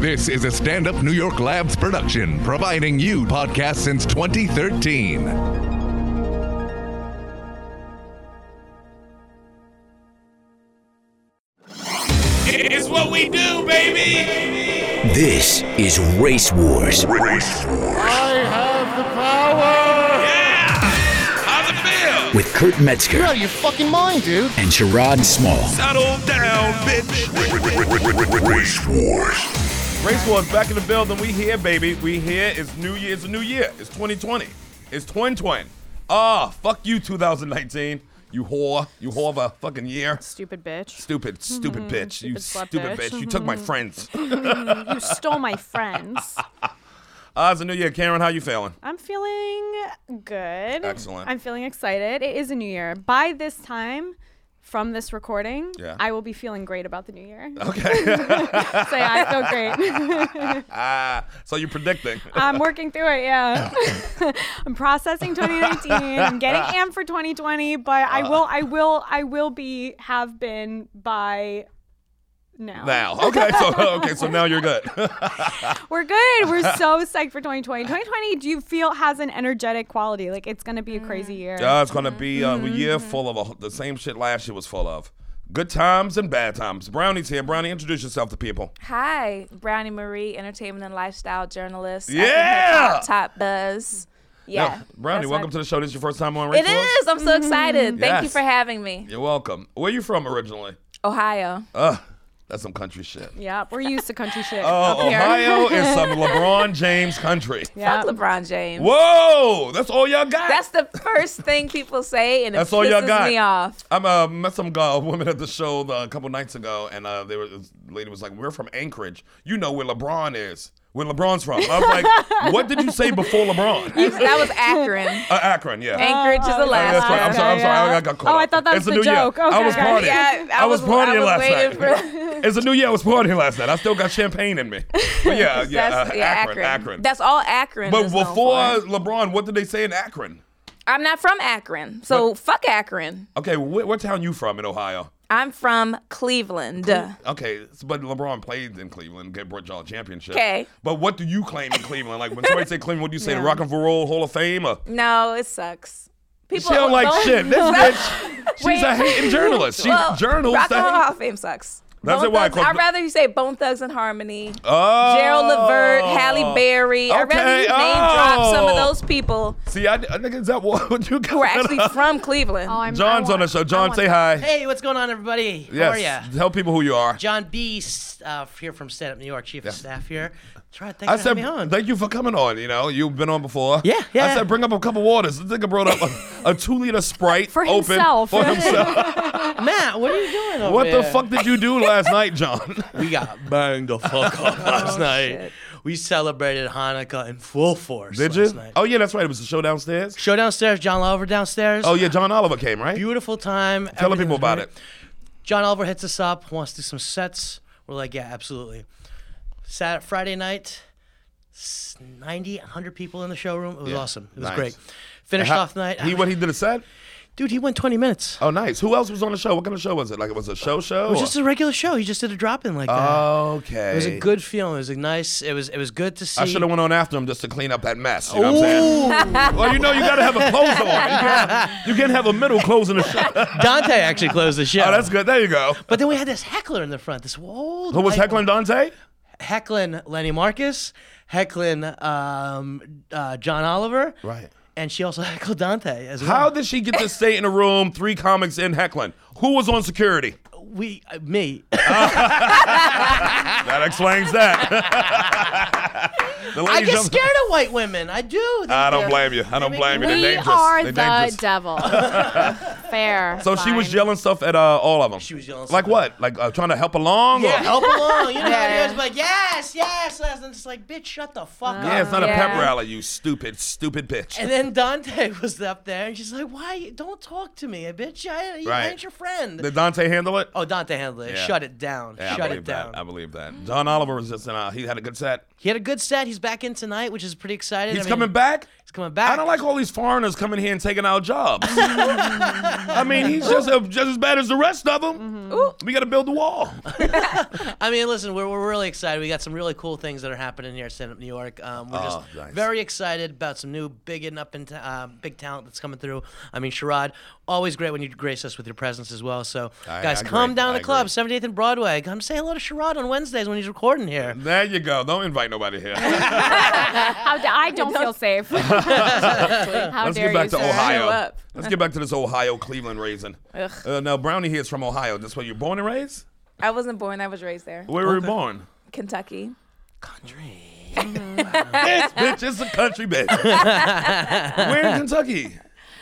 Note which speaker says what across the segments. Speaker 1: This is a stand up New York Labs production, providing you podcasts since 2013.
Speaker 2: It's what we do, baby.
Speaker 3: This is Race Wars
Speaker 2: Yeah. How's it feel?
Speaker 3: with Kurt Metzger
Speaker 4: out of your fucking mind, dude.
Speaker 3: and Sherrod Small.
Speaker 2: Settle down, bitch.
Speaker 5: Race Wars.
Speaker 6: Race Wars back in the building. We here, baby. We here. It's new year. It's a new year. It's 2020. It's 2020. Ah, fuck you, 2019. You whore. You whore of a fucking year.
Speaker 7: Stupid bitch.
Speaker 6: Stupid, stupid bitch. You
Speaker 7: Mm-hmm. Stupid slut
Speaker 6: stupid
Speaker 7: bitch. Mm-hmm.
Speaker 6: bitch. You took my friends.
Speaker 7: You stole my friends.
Speaker 6: Ah, it's a new year. Karen, how you feeling?
Speaker 7: I'm feeling good.
Speaker 6: Excellent.
Speaker 7: I'm feeling excited. It is a new year. By this time, from this recording,
Speaker 6: Yeah.
Speaker 7: I will be feeling great about the new year.
Speaker 6: Okay.
Speaker 7: Say I feel great.
Speaker 6: Ah, so you're predicting.
Speaker 7: I'm working through it. Yeah, I'm processing 2019. I'm getting amped for 2020, but I
Speaker 6: Uh.
Speaker 7: will, I will, I will be have been by now.
Speaker 6: Now, okay, so okay, so now you're good.
Speaker 7: We're good. We're so psyched for 2020. 2020, do you feel has an energetic quality? Like it's gonna be a crazy year.
Speaker 6: Yeah, it's gonna be uh, a year
Speaker 7: Mm-hmm.
Speaker 6: full of a, the same shit last year was full of. Good times and bad times. Brownie's here. Brownie, introduce yourself to people.
Speaker 8: Hi, Brownie Marie, entertainment and lifestyle journalist. I can hit
Speaker 6: Yeah!
Speaker 8: top, top buzz. Yeah,
Speaker 6: Now, Brownie, welcome to the show. This is your first time on Race
Speaker 8: It
Speaker 6: Wars?
Speaker 8: is. I'm so excited. Thank you
Speaker 6: Yes.
Speaker 8: for having me.
Speaker 6: You're welcome. Where you from originally?
Speaker 8: Ohio.
Speaker 6: Ugh, Ah, that's some country shit.
Speaker 7: Yep, we're used to country shit.
Speaker 6: Oh, Ohio is some LeBron James country.
Speaker 7: Yeah.
Speaker 8: Fuck LeBron James.
Speaker 6: Whoa, that's all y'all got.
Speaker 8: That's the first thing people say, and it
Speaker 6: That's all y'all
Speaker 8: pisses
Speaker 6: got.
Speaker 8: me off.
Speaker 6: I uh, met some uh, women at the show uh, a couple nights ago, and uh, they were, this lady was like, "We're from Anchorage. You know where LeBron is. Where LeBron's from." And I was like, "What did you say before LeBron?"
Speaker 8: That was- that was Akron.
Speaker 6: Uh, Akron, yeah.
Speaker 8: Anchorage is
Speaker 6: Oh, Yeah, that's
Speaker 8: Alaska.
Speaker 6: right. I'm sorry. I'm sorry. I got- got caught
Speaker 7: Oh, I
Speaker 6: up.
Speaker 7: thought that
Speaker 6: It's
Speaker 7: was
Speaker 6: a
Speaker 7: the
Speaker 6: new year.
Speaker 7: joke.
Speaker 6: I
Speaker 7: Okay,
Speaker 6: was
Speaker 7: got
Speaker 6: partying.
Speaker 7: it.
Speaker 8: Yeah, I
Speaker 6: I was,
Speaker 8: was-
Speaker 6: partying
Speaker 8: I was
Speaker 6: last
Speaker 8: waiting
Speaker 6: night. it's a new year. I was partying last night. I still got champagne in me. But yeah, yeah,
Speaker 8: That's-
Speaker 6: uh,
Speaker 8: yeah,
Speaker 6: Akron, Akron.
Speaker 8: That's all Akron.
Speaker 6: but
Speaker 8: is known
Speaker 6: before
Speaker 8: for.
Speaker 6: LeBron, what did they say in Akron?
Speaker 8: I'm not from Akron, so fuck Akron.
Speaker 6: Okay, wh- what town you from in Ohio?
Speaker 8: I'm from Cleveland.
Speaker 6: Okay, s- but LeBron played in Cleveland, get brought y'all a championship.
Speaker 8: 'Kay.
Speaker 6: But what do you claim in Cleveland? Like when somebody say Cleveland, what do you say? The Rock and Roll Hall of Fame? Or?
Speaker 8: No, it sucks.
Speaker 6: She don't like
Speaker 8: don't-
Speaker 6: shit. This
Speaker 8: No.
Speaker 6: bitch, she's a
Speaker 8: Wait.
Speaker 6: hating journalist. She's
Speaker 8: well,
Speaker 6: journals.
Speaker 8: Rock and
Speaker 6: that-
Speaker 8: Roll Hall of Fame sucks.
Speaker 6: That's
Speaker 8: Bone
Speaker 6: it, why?
Speaker 8: Thugs-
Speaker 6: 'Cause
Speaker 8: I'd
Speaker 6: the-
Speaker 8: rather you say Bone Thugs and Harmony,
Speaker 6: Oh.
Speaker 8: Gerald Levert, Halle Berry. I'd rather
Speaker 6: Okay,
Speaker 8: you name drop some
Speaker 6: oh.
Speaker 8: of those people
Speaker 6: See, I, I think is that what you got?
Speaker 8: who are actually from Cleveland.
Speaker 7: Oh, I'm- I
Speaker 6: John's
Speaker 7: want-
Speaker 6: on the show.
Speaker 7: I
Speaker 6: John,
Speaker 7: want-
Speaker 6: say hi.
Speaker 9: Hey, what's going on, everybody?
Speaker 6: yes.
Speaker 9: How are ya?
Speaker 6: Tell people who you are.
Speaker 9: John B. S- Uh, here from Stand Up New York, chief of staff here. Try thanks
Speaker 6: I
Speaker 9: for
Speaker 6: said,
Speaker 9: having me on.
Speaker 6: thank you for coming on. You know, you've been on before.
Speaker 9: Yeah, yeah.
Speaker 6: I said, bring up a couple waters. This nigga brought up a, a two liter Sprite
Speaker 7: For
Speaker 6: open
Speaker 7: himself.
Speaker 6: for himself.
Speaker 9: Matt, what are you doing over
Speaker 6: what the
Speaker 9: there?
Speaker 6: fuck did you do last night, John?
Speaker 9: We got banged the fuck up last night. We celebrated Hanukkah in full force.
Speaker 6: did you?
Speaker 9: last Night.
Speaker 6: Oh yeah, that's right. It was the show downstairs.
Speaker 9: Show downstairs, John Oliver downstairs.
Speaker 6: Oh yeah, John Oliver came right.
Speaker 9: Beautiful time.
Speaker 6: Telling
Speaker 9: Everything
Speaker 6: people
Speaker 9: was
Speaker 6: about
Speaker 9: great.
Speaker 6: it.
Speaker 9: John Oliver hits us up, wants to do some sets. We're like, yeah, absolutely. Sat Friday night, s- 90, 100 people in the showroom. It was
Speaker 6: Yeah,
Speaker 9: awesome. It was
Speaker 6: nice.
Speaker 9: great. Finished
Speaker 6: How-
Speaker 9: off the night.
Speaker 6: He what he did a set.
Speaker 9: Dude, he went 20 minutes.
Speaker 6: Oh nice. Who else was on the show? What kind of show was it? Like it was a show show.
Speaker 9: It was just a regular show. He just did a drop in like that.
Speaker 6: okay.
Speaker 9: It was a good feeling. It was a nice. It was. It was good to see.
Speaker 6: I should have went on after him just to clean up that mess. You know what I'm saying? well, you know, you gotta have a close on. You can't have, you can't have a middle close in the show. Oh,
Speaker 9: Dante actually closed the show.
Speaker 6: that's good. There you go.
Speaker 9: But then we had this heckler in the front. This old.
Speaker 6: Who was
Speaker 9: white-
Speaker 6: heckling Dante?
Speaker 9: Heckling Lenny Marcus, heckling um, uh, John Oliver.
Speaker 6: Right.
Speaker 9: And she also heckled Dante as well.
Speaker 6: How did she get to stay in a room, three comics in heckling? Who was on security?
Speaker 9: we uh, me?
Speaker 6: That explains that. The
Speaker 9: I
Speaker 6: ladies
Speaker 9: get
Speaker 6: don't-
Speaker 9: scared of white women. I do. They-
Speaker 6: I
Speaker 9: they're-
Speaker 6: don't blame you. I don't
Speaker 9: they
Speaker 6: blame you.
Speaker 9: make
Speaker 6: They're
Speaker 9: me-
Speaker 7: we
Speaker 6: dangerous.
Speaker 7: are
Speaker 6: They're
Speaker 7: the
Speaker 6: dangerous.
Speaker 7: devil. Fair.
Speaker 6: So she was
Speaker 7: fine.
Speaker 6: yelling stuff at uh, all of them.
Speaker 9: She was yelling
Speaker 6: Like
Speaker 9: stuff.
Speaker 6: what? Like uh, trying to help along?
Speaker 9: Yeah,
Speaker 6: Or?
Speaker 9: help along. You know,
Speaker 7: Yeah.
Speaker 9: yeah. it is, but yes, yes, yes. And it's like, bitch, shut the fuck up.
Speaker 6: Yeah, it's not a
Speaker 8: Yeah.
Speaker 6: pep rally, you stupid, stupid bitch.
Speaker 9: And then Dante was up there, and she's like, "Why? Don't talk to me, bitch! I, I
Speaker 6: Right.
Speaker 9: ain't your friend."
Speaker 6: Did Dante handle it?
Speaker 9: oh, Dante handled it.
Speaker 6: Yeah.
Speaker 9: Shut it down.
Speaker 6: Yeah, I
Speaker 9: Shut
Speaker 6: believe
Speaker 9: it down.
Speaker 6: That. Um, I believe that. John Oliver was just in. A, he had a good set.
Speaker 9: He had a good set. He's back in tonight, which is pretty excited.
Speaker 6: He's
Speaker 9: I mean,
Speaker 6: coming back.
Speaker 9: He's It's coming back.
Speaker 6: I don't like all these foreigners coming here and taking our jobs. I mean, he's just, uh, just as bad as the rest of them. We got to build the wall.
Speaker 9: I mean, listen, we're, we're really excited. We got some really cool things that are happening here at Stand Up New York. Um, we're
Speaker 6: Oh,
Speaker 9: just
Speaker 6: nice.
Speaker 9: very excited about some new big and up and t- uh, big talent that's coming through. I mean, Sherrod, always great when you grace us with your presence as well. So,
Speaker 6: I-
Speaker 9: guys,
Speaker 6: I
Speaker 9: come
Speaker 6: agree.
Speaker 9: down to
Speaker 6: I
Speaker 9: the club,
Speaker 6: agree.
Speaker 9: 78th and Broadway. Come say hello to Sherrod on Wednesdays when he's recording here.
Speaker 6: There you go. Don't invite nobody here.
Speaker 7: How d- I don't feel safe.
Speaker 8: How
Speaker 6: Let's
Speaker 8: dare
Speaker 6: get back
Speaker 8: you,
Speaker 6: to
Speaker 8: sir.
Speaker 6: Ohio.
Speaker 8: Show up.
Speaker 6: Let's get back to this Ohio Cleveland raisin. Uh, now, Brownie here is from Ohio. That's where you're born and raised?
Speaker 8: I wasn't born. I was raised there.
Speaker 6: Where were you born?
Speaker 8: Kentucky.
Speaker 9: Country.
Speaker 6: this bitch is a country bitch. Where in Kentucky?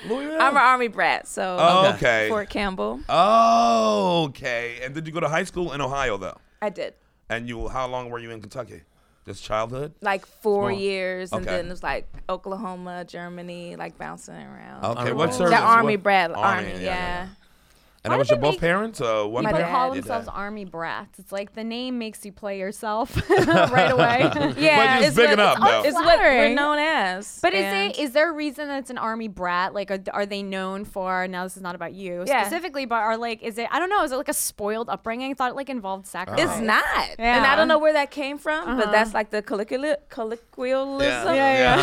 Speaker 6: Louisville?
Speaker 8: I'm an army brat, so
Speaker 6: Oh, okay.
Speaker 8: Fort Campbell.
Speaker 6: Oh, okay. And did you go to high school in Ohio, though?
Speaker 8: I did
Speaker 6: And you, how long were you in Kentucky? Just childhood?
Speaker 8: like four
Speaker 6: Small.
Speaker 8: years, and
Speaker 6: Okay.
Speaker 8: then it was like Oklahoma, Germany, like bouncing around.
Speaker 6: Okay,
Speaker 9: Army
Speaker 6: what
Speaker 9: brat.
Speaker 6: service?
Speaker 8: The army
Speaker 6: Oh. what-
Speaker 8: brat, army, yeah.
Speaker 6: And that
Speaker 7: Why
Speaker 6: was
Speaker 7: did
Speaker 6: your
Speaker 7: they
Speaker 6: both
Speaker 7: make
Speaker 6: parents? Uh, one
Speaker 8: People
Speaker 7: People
Speaker 8: Bad.
Speaker 6: parent?
Speaker 7: call themselves army brats. It's like the name makes you play yourself right away.
Speaker 8: Yeah,
Speaker 6: But it's big
Speaker 8: what-
Speaker 6: enough, though.
Speaker 8: It's what we're
Speaker 7: Flattering.
Speaker 8: known as.
Speaker 7: But is
Speaker 8: and-
Speaker 7: it is there a reason that it's an army brat? Like, are, are they known for? Now this is not about you
Speaker 8: Yeah.
Speaker 7: specifically, but are like, is it? I don't know. Is it like a spoiled upbringing? I thought it like involved sacrifice.
Speaker 6: Oh.
Speaker 8: It's not. And
Speaker 7: Yeah. Uh-huh.
Speaker 8: I don't know where that came from, but that's like the colloquial
Speaker 6: Yeah.
Speaker 8: colloquialism.
Speaker 7: yeah.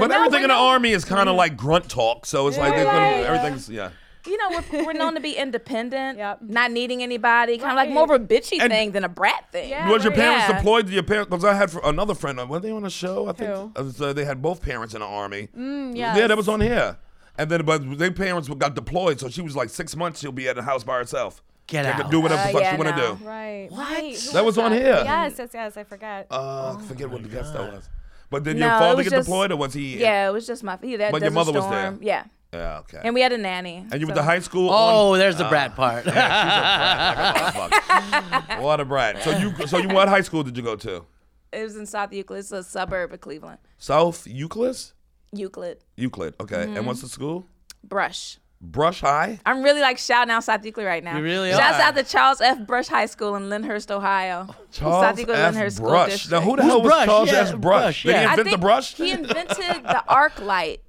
Speaker 6: But everything in the army is kind of like grunt talk, so it's like they're gonna, everything's yeah.
Speaker 8: you know, we're, we're known to be independent,
Speaker 7: Yep.
Speaker 8: not needing anybody, kind of like
Speaker 7: Right.
Speaker 8: more of a bitchy
Speaker 6: And-
Speaker 8: thing than a brat thing.
Speaker 7: Yeah.
Speaker 6: Was your
Speaker 7: right.
Speaker 6: parents
Speaker 8: Yeah.
Speaker 6: deployed? Did your parents? Because I had fr- another friend. uh, Were they on a show? I think
Speaker 7: Who?
Speaker 6: uh, so they had both parents in the army. Mm,
Speaker 7: yes.
Speaker 6: Yeah, that was on here. And then, but their parents got deployed, so she was like six months. She'll be at the house by herself.
Speaker 9: Get
Speaker 6: They
Speaker 9: out.
Speaker 6: Could do whatever the
Speaker 8: Uh,
Speaker 6: fuck
Speaker 8: yeah,
Speaker 6: she want to
Speaker 8: no.
Speaker 6: do.
Speaker 7: Right. Right. Who
Speaker 6: That was on here.
Speaker 7: Yes, yes, yes. I forget.
Speaker 6: Uh, forget what the guest that was. But did
Speaker 8: Oh No,
Speaker 6: your
Speaker 8: it
Speaker 6: father
Speaker 8: was
Speaker 6: get
Speaker 8: just-
Speaker 6: deployed, or was he? in-
Speaker 8: Yeah, it was just my yeah, that
Speaker 6: But your
Speaker 8: Desert
Speaker 6: mother was there.
Speaker 8: storm. Yeah,
Speaker 6: Yeah, okay.
Speaker 8: and we had a nanny.
Speaker 6: And you went
Speaker 8: so-
Speaker 6: to high school. on-
Speaker 9: Oh, there's the brat part.
Speaker 6: what a brat! So you, so you, what high school did you go to?
Speaker 8: It was in South Euclid. It's a suburb of Cleveland.
Speaker 6: South Euclid.
Speaker 8: Euclid,
Speaker 6: Euclid. Okay.
Speaker 8: Mm-hmm.
Speaker 6: And what's the school?
Speaker 8: Brush.
Speaker 6: Brush High.
Speaker 8: I'm really like shouting out South Euclid right now.
Speaker 9: You really
Speaker 8: Shouts
Speaker 9: are.
Speaker 8: out to Charles F. Brush High School in Lyndhurst, Ohio.
Speaker 6: Charles
Speaker 8: Lyndhurst
Speaker 6: F.
Speaker 8: School
Speaker 6: Brush. Now,
Speaker 8: District.
Speaker 6: who the
Speaker 9: Who's
Speaker 6: hell was
Speaker 9: Brush?
Speaker 6: Charles
Speaker 9: Yeah,
Speaker 6: F. Brush?
Speaker 9: Brush,
Speaker 6: Did he
Speaker 9: yeah.
Speaker 8: I
Speaker 6: invent the
Speaker 8: think
Speaker 6: brush?
Speaker 8: He invented the arc light,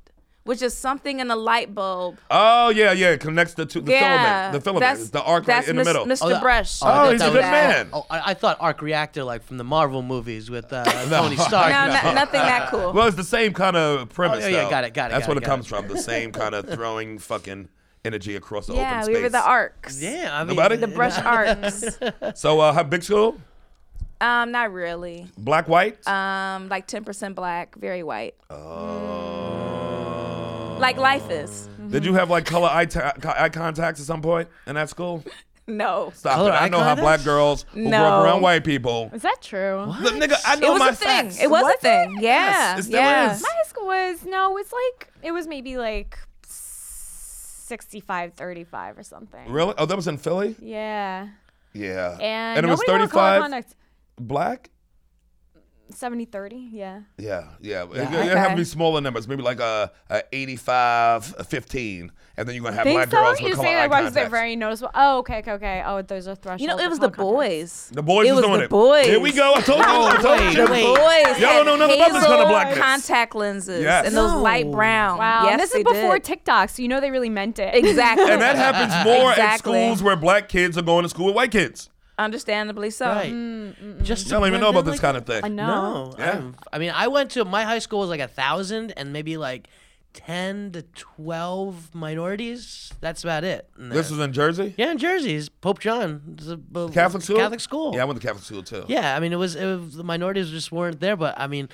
Speaker 8: which is something in the light bulb.
Speaker 6: oh, yeah, yeah. It connects the two, the
Speaker 8: yeah,
Speaker 6: filament. The filament. It's the arc
Speaker 8: that's
Speaker 6: right in
Speaker 8: Mis-
Speaker 6: the middle.
Speaker 8: Mr.
Speaker 9: that-
Speaker 8: Brush.
Speaker 9: I
Speaker 6: Oh,
Speaker 9: thought
Speaker 6: he's a
Speaker 9: that
Speaker 6: good
Speaker 9: was-
Speaker 6: man.
Speaker 9: Oh, I, I thought arc reactor like from the Marvel movies with uh, Tony Stark.
Speaker 8: No, no, nothing that cool.
Speaker 6: Well, it's the same kind of premise.
Speaker 9: Oh, yeah, yeah,
Speaker 6: though.
Speaker 9: got it, got it,
Speaker 6: That's
Speaker 9: got
Speaker 6: what
Speaker 9: it,
Speaker 6: it
Speaker 9: got
Speaker 6: comes
Speaker 9: it.
Speaker 6: from. The same kind of throwing fucking energy across the open
Speaker 8: yeah, we
Speaker 6: space.
Speaker 8: were the arcs.
Speaker 9: Yeah, I mean,
Speaker 6: Nobody?
Speaker 8: The brush arcs.
Speaker 6: So, uh, how big school?
Speaker 8: Um, not really.
Speaker 6: Black, white?
Speaker 8: Um, like ten percent black, very white.
Speaker 6: Oh.
Speaker 8: Like life is.
Speaker 6: Did you have like color eye, ta- eye contacts at some point in that school?
Speaker 8: No.
Speaker 6: Stop
Speaker 9: Color
Speaker 6: it. I
Speaker 9: eye
Speaker 6: know how black
Speaker 9: contacts?
Speaker 6: girls who grew
Speaker 8: No.
Speaker 6: up around white people.
Speaker 7: is that true?
Speaker 6: The nigga, I know
Speaker 8: It was
Speaker 6: my
Speaker 8: a thing.
Speaker 6: facts.
Speaker 8: It was, a thing. Yeah.
Speaker 6: Yes, it still
Speaker 8: yeah.
Speaker 6: is.
Speaker 7: My high school was no. It's like it was maybe like 65, 35 or something.
Speaker 6: Really? Oh, that was in Philly?
Speaker 7: Yeah.
Speaker 6: Yeah.
Speaker 7: And,
Speaker 6: it was
Speaker 7: nobody wanted color
Speaker 6: 35
Speaker 7: contact.
Speaker 6: black?
Speaker 7: 70 30 yeah
Speaker 6: Yeah, yeah. It, it had to
Speaker 8: Okay.
Speaker 6: be smaller numbers, maybe like a, a 85, a 15. And then you're going to have black girls with
Speaker 7: you
Speaker 6: color
Speaker 7: say
Speaker 6: eye
Speaker 7: that was
Speaker 6: contacts.
Speaker 7: very noticeable oh okay okay okay oh those are thresholds
Speaker 8: You know, it
Speaker 7: of
Speaker 8: was the
Speaker 7: color contacts.
Speaker 8: boys.
Speaker 6: the boys
Speaker 8: it
Speaker 6: was
Speaker 8: was
Speaker 6: doing
Speaker 8: the
Speaker 6: it.
Speaker 8: boys.
Speaker 6: Here we go. I told you. I told
Speaker 9: Wait,
Speaker 6: you.
Speaker 8: The Oh, boys.
Speaker 6: Y'all don't know nothing about this kind of
Speaker 8: hazel
Speaker 6: blackness.
Speaker 8: Contact lenses
Speaker 6: Yes.
Speaker 8: and those light
Speaker 9: No.
Speaker 8: brown.
Speaker 7: wow
Speaker 8: Yes,
Speaker 7: and this
Speaker 8: they
Speaker 7: is before
Speaker 8: did.
Speaker 7: tiktok so you know they really meant it
Speaker 8: exactly.
Speaker 6: And that happens more
Speaker 8: Exactly.
Speaker 6: at schools where black kids are going to school with white kids.
Speaker 8: Understandably so. Mm,
Speaker 9: Right. Just to
Speaker 6: Y'all don't even
Speaker 9: blend
Speaker 6: know about
Speaker 9: in
Speaker 6: this
Speaker 9: like
Speaker 6: kind of thing.
Speaker 7: I know.
Speaker 9: No,
Speaker 6: Yeah.
Speaker 9: I'm- I mean, I went to my high school was like a thousand and maybe like ten to twelve minorities. That's about it. in
Speaker 6: This
Speaker 9: there.
Speaker 6: was in Jersey?
Speaker 9: yeah, in Jersey, it's Pope John. It's a b-
Speaker 6: Catholic school?
Speaker 9: Catholic school.
Speaker 6: Yeah, I went to Catholic school too.
Speaker 9: Yeah, I mean, it was, it was the minorities just weren't there, but I mean,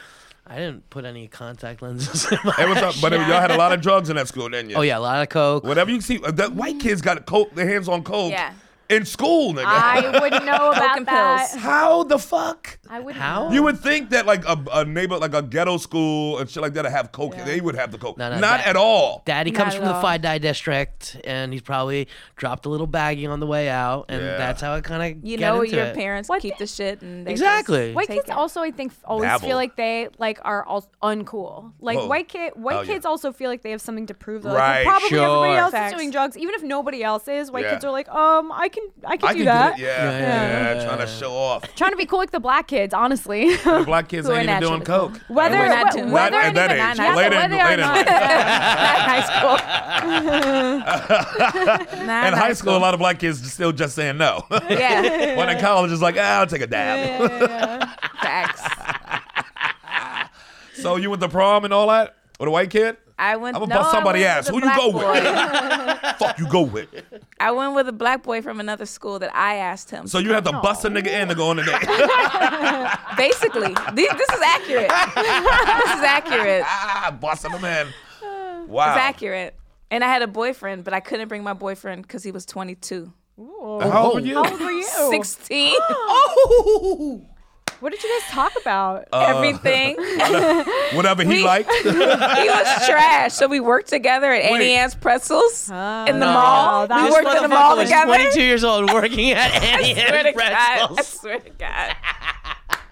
Speaker 9: I didn't put any contact lenses. In my
Speaker 6: It was up, but y'all had a lot of drugs in that school, didn't you?
Speaker 9: Oh yeah, a lot of coke.
Speaker 6: Whatever you see, uh, the white kids got coke, their hands on coke
Speaker 8: Yeah.
Speaker 6: in school, nigga.
Speaker 7: i wouldn't know about
Speaker 8: Broken
Speaker 7: that
Speaker 8: pills.
Speaker 6: How the fuck?
Speaker 7: i wouldn't
Speaker 9: How?
Speaker 7: know.
Speaker 6: You would think that like a, a neighbor, like a ghetto school and shit like that, have coke. They would have the coke.
Speaker 9: No, no,
Speaker 6: Not
Speaker 9: that-
Speaker 6: at all.
Speaker 9: Daddy
Speaker 8: Not
Speaker 9: comes
Speaker 8: at
Speaker 9: from the
Speaker 8: all.
Speaker 9: Phi Dai district, and he's probably dropped a little baggie on the way out, and
Speaker 6: Yeah.
Speaker 9: that's how it kind of
Speaker 8: You
Speaker 9: get
Speaker 8: know
Speaker 9: into
Speaker 8: your
Speaker 9: it.
Speaker 8: parents
Speaker 7: What
Speaker 8: keep
Speaker 7: the-
Speaker 8: the shit and they just-
Speaker 9: Exactly.
Speaker 7: White
Speaker 8: Take
Speaker 7: kids
Speaker 8: it.
Speaker 7: also, I think, f- always
Speaker 6: Babble.
Speaker 7: feel like they like are all uncool. Like
Speaker 6: Whoa.
Speaker 7: white kid, white
Speaker 6: Oh, yeah.
Speaker 7: kids also feel like they have something to prove. They're
Speaker 6: Right,
Speaker 7: like, well, probably everybody
Speaker 9: sure.
Speaker 7: else
Speaker 8: Facts.
Speaker 7: is doing drugs, even if nobody else is. White
Speaker 6: Yeah.
Speaker 7: kids are like, um, I can, I can
Speaker 6: I
Speaker 7: do
Speaker 6: can
Speaker 7: that.
Speaker 6: do it. Yeah, yeah, trying to show off.
Speaker 7: Trying to be cool like the black kids, honestly.
Speaker 6: Black kids
Speaker 8: Who are
Speaker 6: ain't even doing
Speaker 8: naturally
Speaker 6: coke.
Speaker 7: Whether
Speaker 8: We're not doing
Speaker 7: wh-
Speaker 8: that.
Speaker 7: whether
Speaker 8: Not
Speaker 6: at that
Speaker 7: even
Speaker 6: age.
Speaker 7: not,
Speaker 6: Later in-
Speaker 7: whether or
Speaker 6: later in
Speaker 7: not,
Speaker 6: life.
Speaker 7: not in high school.
Speaker 8: Nah,
Speaker 6: In
Speaker 8: nah,
Speaker 6: high
Speaker 8: it's
Speaker 6: school, a
Speaker 8: cool.
Speaker 6: lot of black kids still just saying no.
Speaker 8: Yeah,
Speaker 6: when in college, it's like, ah, I'll take a dab.
Speaker 8: facts.
Speaker 6: so you went to prom and all that with a white kid?
Speaker 8: I went.
Speaker 6: I'ma
Speaker 8: no,
Speaker 6: bust
Speaker 8: I
Speaker 6: somebody
Speaker 8: went
Speaker 6: ass.
Speaker 8: with a
Speaker 6: Who you go
Speaker 8: black boy.
Speaker 6: Fuck you go with.
Speaker 8: I went with a black boy from another school that I asked him.
Speaker 6: So you have to bust a nigga in to go on the date.
Speaker 8: basically, these, this is accurate. this is accurate.
Speaker 6: ah, busting him in.
Speaker 7: Uh,
Speaker 6: Wow.
Speaker 8: It's accurate. And I had a boyfriend, but I couldn't bring my boyfriend because he was 22.
Speaker 6: How old were you?
Speaker 7: How old were you?
Speaker 6: Oh.
Speaker 8: 16.
Speaker 7: What did you guys talk about?
Speaker 8: Everything.
Speaker 6: Whatever he
Speaker 8: We-
Speaker 6: liked.
Speaker 8: he was trash. So we worked together at Annie Ann's Pretzels
Speaker 6: Uh,
Speaker 8: in the mall.
Speaker 7: that
Speaker 8: we
Speaker 7: was
Speaker 9: This
Speaker 8: worked in the mall
Speaker 9: motherfucker was
Speaker 8: together.
Speaker 9: 22 years old working at Annie
Speaker 8: I swear to
Speaker 9: and
Speaker 8: God. I
Speaker 9: Pretzels.
Speaker 8: swear to God.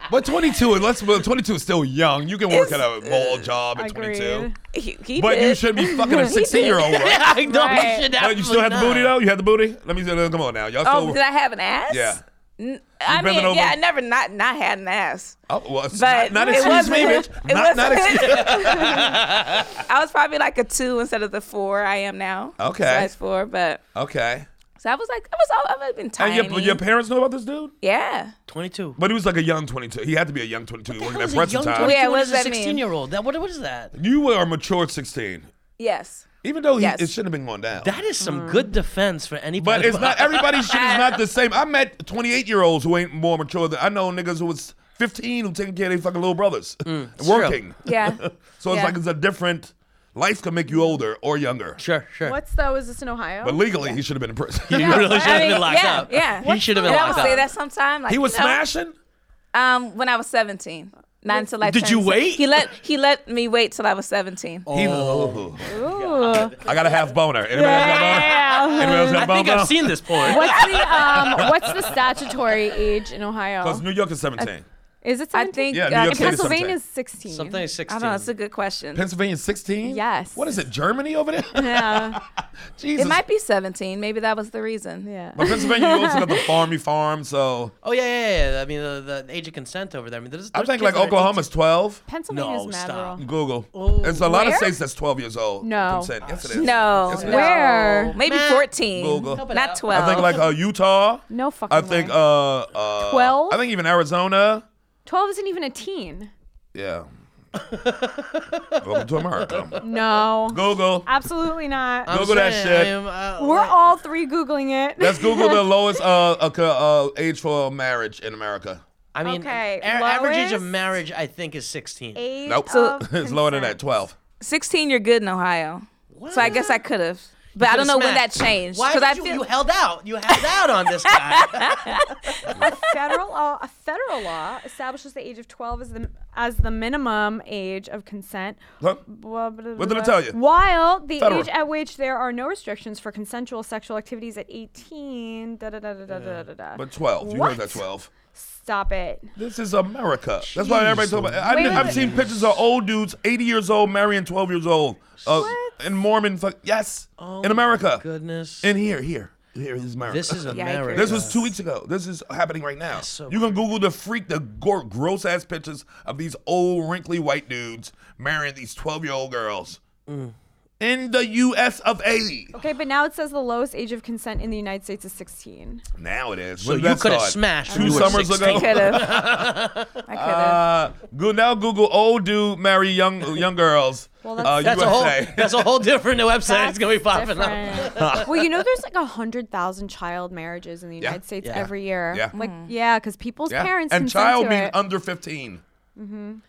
Speaker 6: But 22, and let's but 22 is still young. You can work at
Speaker 8: It's-
Speaker 6: a mall job at 22.
Speaker 7: Agreed.
Speaker 8: He, he
Speaker 6: But
Speaker 8: did.
Speaker 6: you should be fucking a 16 year old, right?
Speaker 9: I don't
Speaker 7: Right.
Speaker 9: should
Speaker 6: No, Oh, you still
Speaker 9: absolutely
Speaker 6: have the booty
Speaker 9: not.
Speaker 6: though. You had the booty. Let me uh, come on now. Y'all
Speaker 8: Oh,
Speaker 6: still.
Speaker 8: did I have an ass?
Speaker 6: Yeah.
Speaker 8: N- I
Speaker 6: bending
Speaker 8: mean, yeah,
Speaker 6: over?
Speaker 8: I never not not had an ass.
Speaker 6: Oh, well, it's
Speaker 8: But
Speaker 6: not, not
Speaker 8: it
Speaker 6: excuse me, bitch.
Speaker 8: wasn't- it
Speaker 6: Not, not
Speaker 8: wasn't-
Speaker 6: excuse.
Speaker 8: I was probably like a two instead of the four I am now.
Speaker 6: Okay.
Speaker 8: Size four, but
Speaker 6: Okay.
Speaker 8: so I was like, I was all I've been
Speaker 6: And
Speaker 8: tiny.
Speaker 6: your, your parents know about this dude?
Speaker 8: yeah.
Speaker 9: 22.
Speaker 6: But he was like a young 22. He had to be a young 22 working at
Speaker 9: That was a
Speaker 6: Pretzel
Speaker 9: young
Speaker 6: Time.
Speaker 9: 22
Speaker 8: Yeah, what
Speaker 9: and
Speaker 8: does
Speaker 9: a
Speaker 8: that mean?
Speaker 9: 16 year old. That what, what is that?
Speaker 6: You were a mature 16,
Speaker 8: Yes.
Speaker 6: even though he,
Speaker 8: Yes.
Speaker 6: it shouldn't have been going down.
Speaker 9: That is some
Speaker 8: Mm.
Speaker 9: good defense for anybody.
Speaker 6: but it's not everybody's shit is not the same. I met 28 year olds who ain't more mature than I know niggas who was 15 who taking care of their fucking little brothers
Speaker 9: Mm,
Speaker 6: and working.
Speaker 8: Yeah.
Speaker 6: So it's
Speaker 8: Yeah.
Speaker 6: like it's a different life can make you older or younger.
Speaker 9: Sure, sure.
Speaker 7: What's though? Is this in Ohio?
Speaker 6: But legally, he should have been in prison.
Speaker 9: He really should have
Speaker 8: I mean,
Speaker 9: been locked
Speaker 8: yeah,
Speaker 9: up.
Speaker 8: yeah.
Speaker 9: He should have been
Speaker 8: Did I
Speaker 9: locked
Speaker 8: say
Speaker 9: up.
Speaker 8: that sometime? Like,
Speaker 6: he was
Speaker 8: you know,
Speaker 6: smashing.
Speaker 8: Um, when I was seventeen. Not until I
Speaker 9: Did you
Speaker 8: turned-
Speaker 9: wait?
Speaker 8: He let he let me wait till I was seventeen.
Speaker 6: He,
Speaker 7: Ooh.
Speaker 6: I got a half boner. Anybody
Speaker 7: Yeah.
Speaker 6: else got a boner? Anybody else got a
Speaker 9: I think I've
Speaker 6: boner?
Speaker 9: seen this porn.
Speaker 7: What's the um? What's the statutory age in Ohio?
Speaker 6: Because New York is 17.
Speaker 7: Is it?
Speaker 8: I
Speaker 7: 17?
Speaker 8: think
Speaker 6: Yeah, New
Speaker 8: uh,
Speaker 6: York
Speaker 7: And
Speaker 6: City is
Speaker 8: Pennsylvania-
Speaker 7: Pennsylvania is 16.
Speaker 9: Something is
Speaker 8: I
Speaker 9: 16.
Speaker 8: don't know, it's a good question.
Speaker 6: Pennsylvania 16?
Speaker 7: Yes.
Speaker 6: What is it, Germany over there?
Speaker 7: Yeah.
Speaker 6: Jesus.
Speaker 8: it might be seventeen. Maybe that was the reason.
Speaker 7: Yeah.
Speaker 6: But Pennsylvania, you also got the farmy farm, so
Speaker 9: oh, yeah, yeah, yeah. I mean, the, the age of consent over there. I mean, there's,
Speaker 6: I
Speaker 9: there's
Speaker 6: think
Speaker 9: kids
Speaker 6: like
Speaker 9: that are Oh,
Speaker 6: Oklahoma's 12.
Speaker 7: Pennsylvania's
Speaker 9: No,
Speaker 7: mad
Speaker 9: stop.
Speaker 7: rural.
Speaker 6: Google. There's a lot of states that's 12 years old.
Speaker 7: No.
Speaker 6: Consent. Yes, it is.
Speaker 8: No.
Speaker 6: Yes, it
Speaker 8: no.
Speaker 6: is.
Speaker 7: Where?
Speaker 8: Maybe
Speaker 9: Nah.
Speaker 8: fourteen.
Speaker 6: Google. Help it
Speaker 8: Not twelve.
Speaker 6: I think like uh, Utah.
Speaker 7: No fucking
Speaker 6: I think
Speaker 7: way.
Speaker 6: uh, uh
Speaker 7: 12?
Speaker 6: I think even Arizona.
Speaker 7: 12 isn't even a teen.
Speaker 6: Yeah. Welcome to America.
Speaker 7: No.
Speaker 6: Google.
Speaker 7: Absolutely not.
Speaker 9: I'm
Speaker 6: Google that
Speaker 9: saying,
Speaker 6: shit.
Speaker 9: I am, uh,
Speaker 7: We're
Speaker 9: like-
Speaker 7: all three Googling it.
Speaker 6: Let's Google the lowest uh, uh, c- uh age for marriage in America.
Speaker 9: I mean,
Speaker 7: Okay,
Speaker 9: a- average age of
Speaker 7: lowest-
Speaker 9: marriage, I think, is 16.
Speaker 7: Age
Speaker 6: Nope.
Speaker 7: of
Speaker 6: it's lower than that.
Speaker 7: consent.
Speaker 6: 12.
Speaker 8: Sixteen you're good in Ohio. So I guess I could have. But I don't know when that changed.
Speaker 9: Why
Speaker 8: Because
Speaker 9: did
Speaker 8: I
Speaker 9: you,
Speaker 8: feel
Speaker 9: you held out? You held out on this guy.
Speaker 7: federal law, a federal law establishes the age of 12 as the as the minimum age of consent.
Speaker 6: Huh?
Speaker 7: What
Speaker 6: What did I tell you?
Speaker 7: While the
Speaker 6: Federal.
Speaker 7: age at which there are no restrictions for consensual sexual activities at 18. Da da da da da da da. da.
Speaker 6: But 12. You
Speaker 7: What?
Speaker 6: heard that 12.
Speaker 7: Stop it.
Speaker 6: This is America. That's why everybody talk about. I,
Speaker 7: Wait,
Speaker 6: have
Speaker 7: wait,
Speaker 6: seen pictures of old dudes, 80 years old, marrying 12 years old, uh, and Mormon. Fuck, yes,
Speaker 8: Oh
Speaker 6: in America,
Speaker 9: Oh Goodness.
Speaker 6: in here, here, here is America.
Speaker 9: This is America.
Speaker 6: This was two weeks ago. This is happening right now. you can Google the freak, the gor gross ass pictures of these old, wrinkly white dudes marrying these 12 year old girls
Speaker 9: Mm.
Speaker 6: in the U.S. of A.
Speaker 7: Okay, but now it says the lowest age of consent in the United States is 16.
Speaker 6: Now it is.
Speaker 9: So
Speaker 6: When did
Speaker 9: you
Speaker 6: that
Speaker 9: coulda
Speaker 6: start?
Speaker 9: smashed
Speaker 6: two
Speaker 9: when you were
Speaker 6: summers
Speaker 9: 16.
Speaker 6: ago.
Speaker 8: could have. I could have.
Speaker 6: Uh, go, now Google old dude marry young young girls.
Speaker 7: Well, that's-
Speaker 6: uh,
Speaker 9: That's a whole.
Speaker 6: USA.
Speaker 9: That's a whole different website.
Speaker 7: That's
Speaker 9: it's gonna
Speaker 6: Uh,
Speaker 9: be popping up.
Speaker 7: different. well, you know, there's like a hundred thousand child marriages in the United States
Speaker 9: Yeah.
Speaker 7: every year.
Speaker 6: Yeah.
Speaker 7: Like, yeah, because people's
Speaker 6: Yeah.
Speaker 7: parents
Speaker 6: and
Speaker 7: consent
Speaker 6: child
Speaker 7: to
Speaker 6: means
Speaker 7: it. Mm-hmm.
Speaker 6: under 15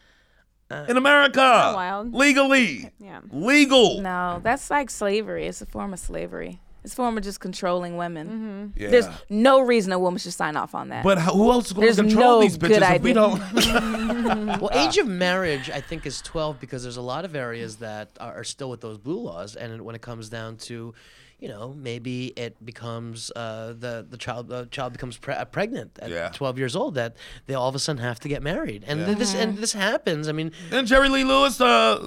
Speaker 6: in America
Speaker 7: wild.
Speaker 6: legally
Speaker 7: Yeah.
Speaker 6: legal
Speaker 8: no, that's like slavery. It's a form of slavery. It's a form of just controlling women.
Speaker 6: Yeah.
Speaker 8: There's no reason a woman should sign off on that.
Speaker 6: but how, who else is going
Speaker 8: There's
Speaker 6: to control
Speaker 8: no
Speaker 6: these
Speaker 8: good
Speaker 6: bitches if we
Speaker 8: idea.
Speaker 6: don't
Speaker 9: Well, age of marriage, I think, is 12 because there's a lot of areas that are, are still with those blue laws. And when it comes down to you know, maybe it becomes uh, the the child uh, child becomes pre- uh, pregnant at
Speaker 6: Yeah.
Speaker 9: 12 years old that they all of a sudden have to get married, and th- this and this happens. I mean,
Speaker 6: Then Jerry Lee Lewis, uh,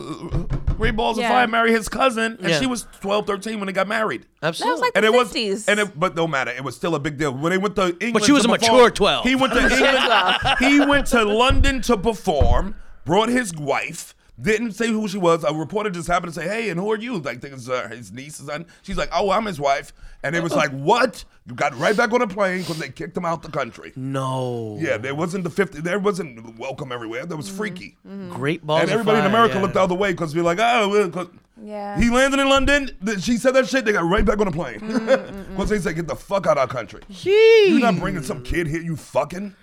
Speaker 6: Ray Balls
Speaker 7: Yeah.
Speaker 6: of Fire, married his cousin, and
Speaker 9: Yeah.
Speaker 6: she was 12, 13 when they got married.
Speaker 9: absolutely.
Speaker 8: like
Speaker 6: And
Speaker 8: The
Speaker 6: it was,
Speaker 8: 50s.
Speaker 6: and it, but no matter, it was still a big deal. When they went to England,
Speaker 9: she was
Speaker 6: to
Speaker 9: a
Speaker 6: perform,
Speaker 9: mature 12.
Speaker 6: He went to England. he went to London to perform. Brought his wife. Didn't say who she was. A reporter just happened to say, "Hey, and who are you?" Like, I think it's uh, his niece or something. She's like, "Oh, I'm his wife." And it was like, "What?" You got right back on a plane because they kicked him out the country.
Speaker 9: no,
Speaker 6: Yeah, there wasn't the 50. There wasn't welcome everywhere. There was freaky.
Speaker 9: Mm-hmm. great balls.
Speaker 6: And
Speaker 9: of
Speaker 6: everybody in
Speaker 9: fire,
Speaker 6: America
Speaker 9: yeah.
Speaker 6: looked the other way because we're like, oh, well, 'cause
Speaker 8: Yeah.
Speaker 6: He landed in London. th- She said that shit. They got right back on the plane. Once they said, get the fuck out of our country. You're not bringing some kid here, you fucking.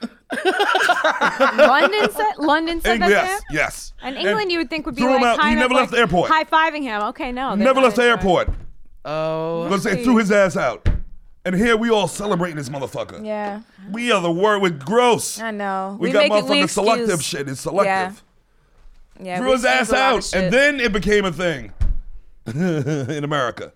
Speaker 7: London said London said
Speaker 6: And
Speaker 7: that.
Speaker 6: yes,
Speaker 7: to him?
Speaker 6: yes.
Speaker 7: And England, you would think would be
Speaker 6: threw him
Speaker 7: like
Speaker 6: out. He
Speaker 7: kind of
Speaker 6: never left
Speaker 7: like
Speaker 6: the airport.
Speaker 7: high-fiving him. Okay, no, they
Speaker 6: Never
Speaker 7: got
Speaker 6: left the
Speaker 7: it.
Speaker 6: airport
Speaker 9: Oh,
Speaker 6: because they threw his ass out. And here we all celebrating this motherfucker.
Speaker 8: Yeah.
Speaker 6: We are the word with gross.
Speaker 8: I know.
Speaker 6: We, got
Speaker 8: it-
Speaker 6: motherfucking selective
Speaker 8: excuse-
Speaker 6: shit. It's selective.
Speaker 8: Yeah,
Speaker 6: threw
Speaker 8: we
Speaker 6: his ass
Speaker 8: excuse a lot of
Speaker 6: out,
Speaker 8: shit.
Speaker 6: and then it became a thing in America.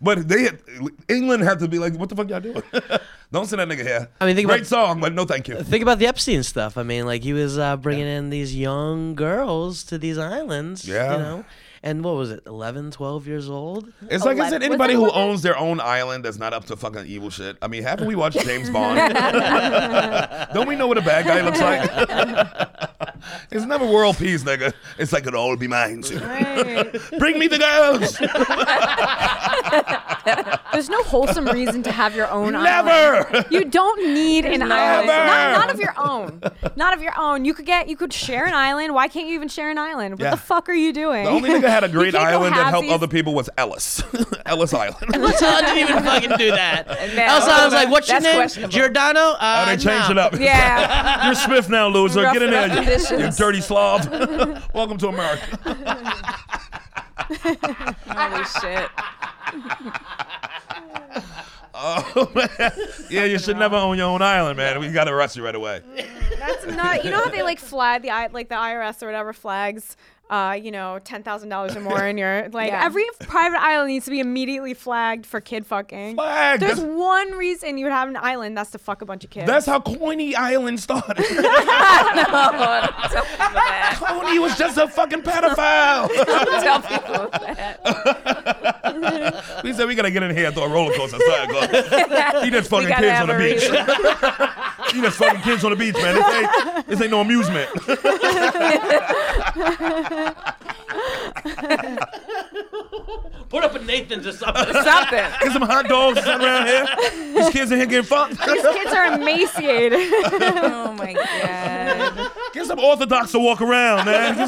Speaker 6: But they had, England had to be like, "What the fuck y'all doing? Don't send that nigga here."
Speaker 9: I mean, think
Speaker 6: great
Speaker 9: about-
Speaker 6: song, but no, thank you.
Speaker 9: Think about the Epstein stuff. I mean, like he was uh, bringing in these young girls to these islands.
Speaker 6: Yeah.
Speaker 9: You know? And what was it, 11, 12 years old?
Speaker 6: It's like I
Speaker 8: Eleven-
Speaker 6: said,
Speaker 8: was
Speaker 6: anybody
Speaker 8: it
Speaker 6: who
Speaker 8: eleven?
Speaker 6: owns their own island that's not up to fucking evil shit. I mean, haven't we watched James Bond? Don't we know what a bad guy looks like? it's never world peace, nigga. It's like it'll all be mine soon.
Speaker 7: Right.
Speaker 6: Bring me the girls.
Speaker 7: There's no wholesome reason to have your own island.
Speaker 6: never.
Speaker 7: You don't need an island.
Speaker 6: Never.
Speaker 7: Not, not of your own. Not of your own. You could get. You could share an island. Why can't you even share an island? What
Speaker 6: Yeah.
Speaker 7: the fuck are you doing?
Speaker 6: The only nigga had a great
Speaker 7: can't go
Speaker 6: island that
Speaker 7: have
Speaker 6: helped
Speaker 7: these-
Speaker 6: other people was Ellis. Ellis Island.
Speaker 9: What's I didn't even fucking do that.
Speaker 8: No.
Speaker 9: Also, I was like, what's your
Speaker 8: That's
Speaker 9: name?
Speaker 8: questionable.
Speaker 9: Giordano? Uh,
Speaker 6: Oh, they changed
Speaker 9: no.
Speaker 6: it up.
Speaker 8: Yeah.
Speaker 6: You're Smith now, loser.
Speaker 8: Rough
Speaker 6: Get in
Speaker 8: enough
Speaker 6: there, you,
Speaker 8: conditions.
Speaker 6: you dirty slob. Welcome to America.
Speaker 8: Holy shit.
Speaker 6: Oh, man. Yeah, you should never own your own island, man. We got to arrest you right away.
Speaker 7: That's not. You know how they like flag the I like the IRS or whatever flags. Uh, you know, ten thousand dollars or more in your like
Speaker 8: Yeah.
Speaker 7: every private island needs to be immediately flagged for kid fucking.
Speaker 6: Flag.
Speaker 7: There's
Speaker 6: That's,
Speaker 7: one reason you would have an island that's to fuck a bunch of kids.
Speaker 6: that's how Coney Island started.
Speaker 8: Don't tell people that.
Speaker 6: Coney was just a fucking pedophile.
Speaker 8: Don't tell people that.
Speaker 6: we said we got to get in here and throw a roller coaster. Sorry, God. He just fucking
Speaker 8: gotta
Speaker 6: kids on
Speaker 8: have
Speaker 6: the
Speaker 8: a
Speaker 6: beach. he just fucking kids on the beach, man. This ain't, this ain't no amusement.
Speaker 9: Put up a Nathan's or something.
Speaker 8: Something.
Speaker 6: Get some hot dogs or something around here. These kids in here getting fucked.
Speaker 7: kids are emaciated.
Speaker 8: Oh my god.
Speaker 6: Get some Orthodox to walk around, man.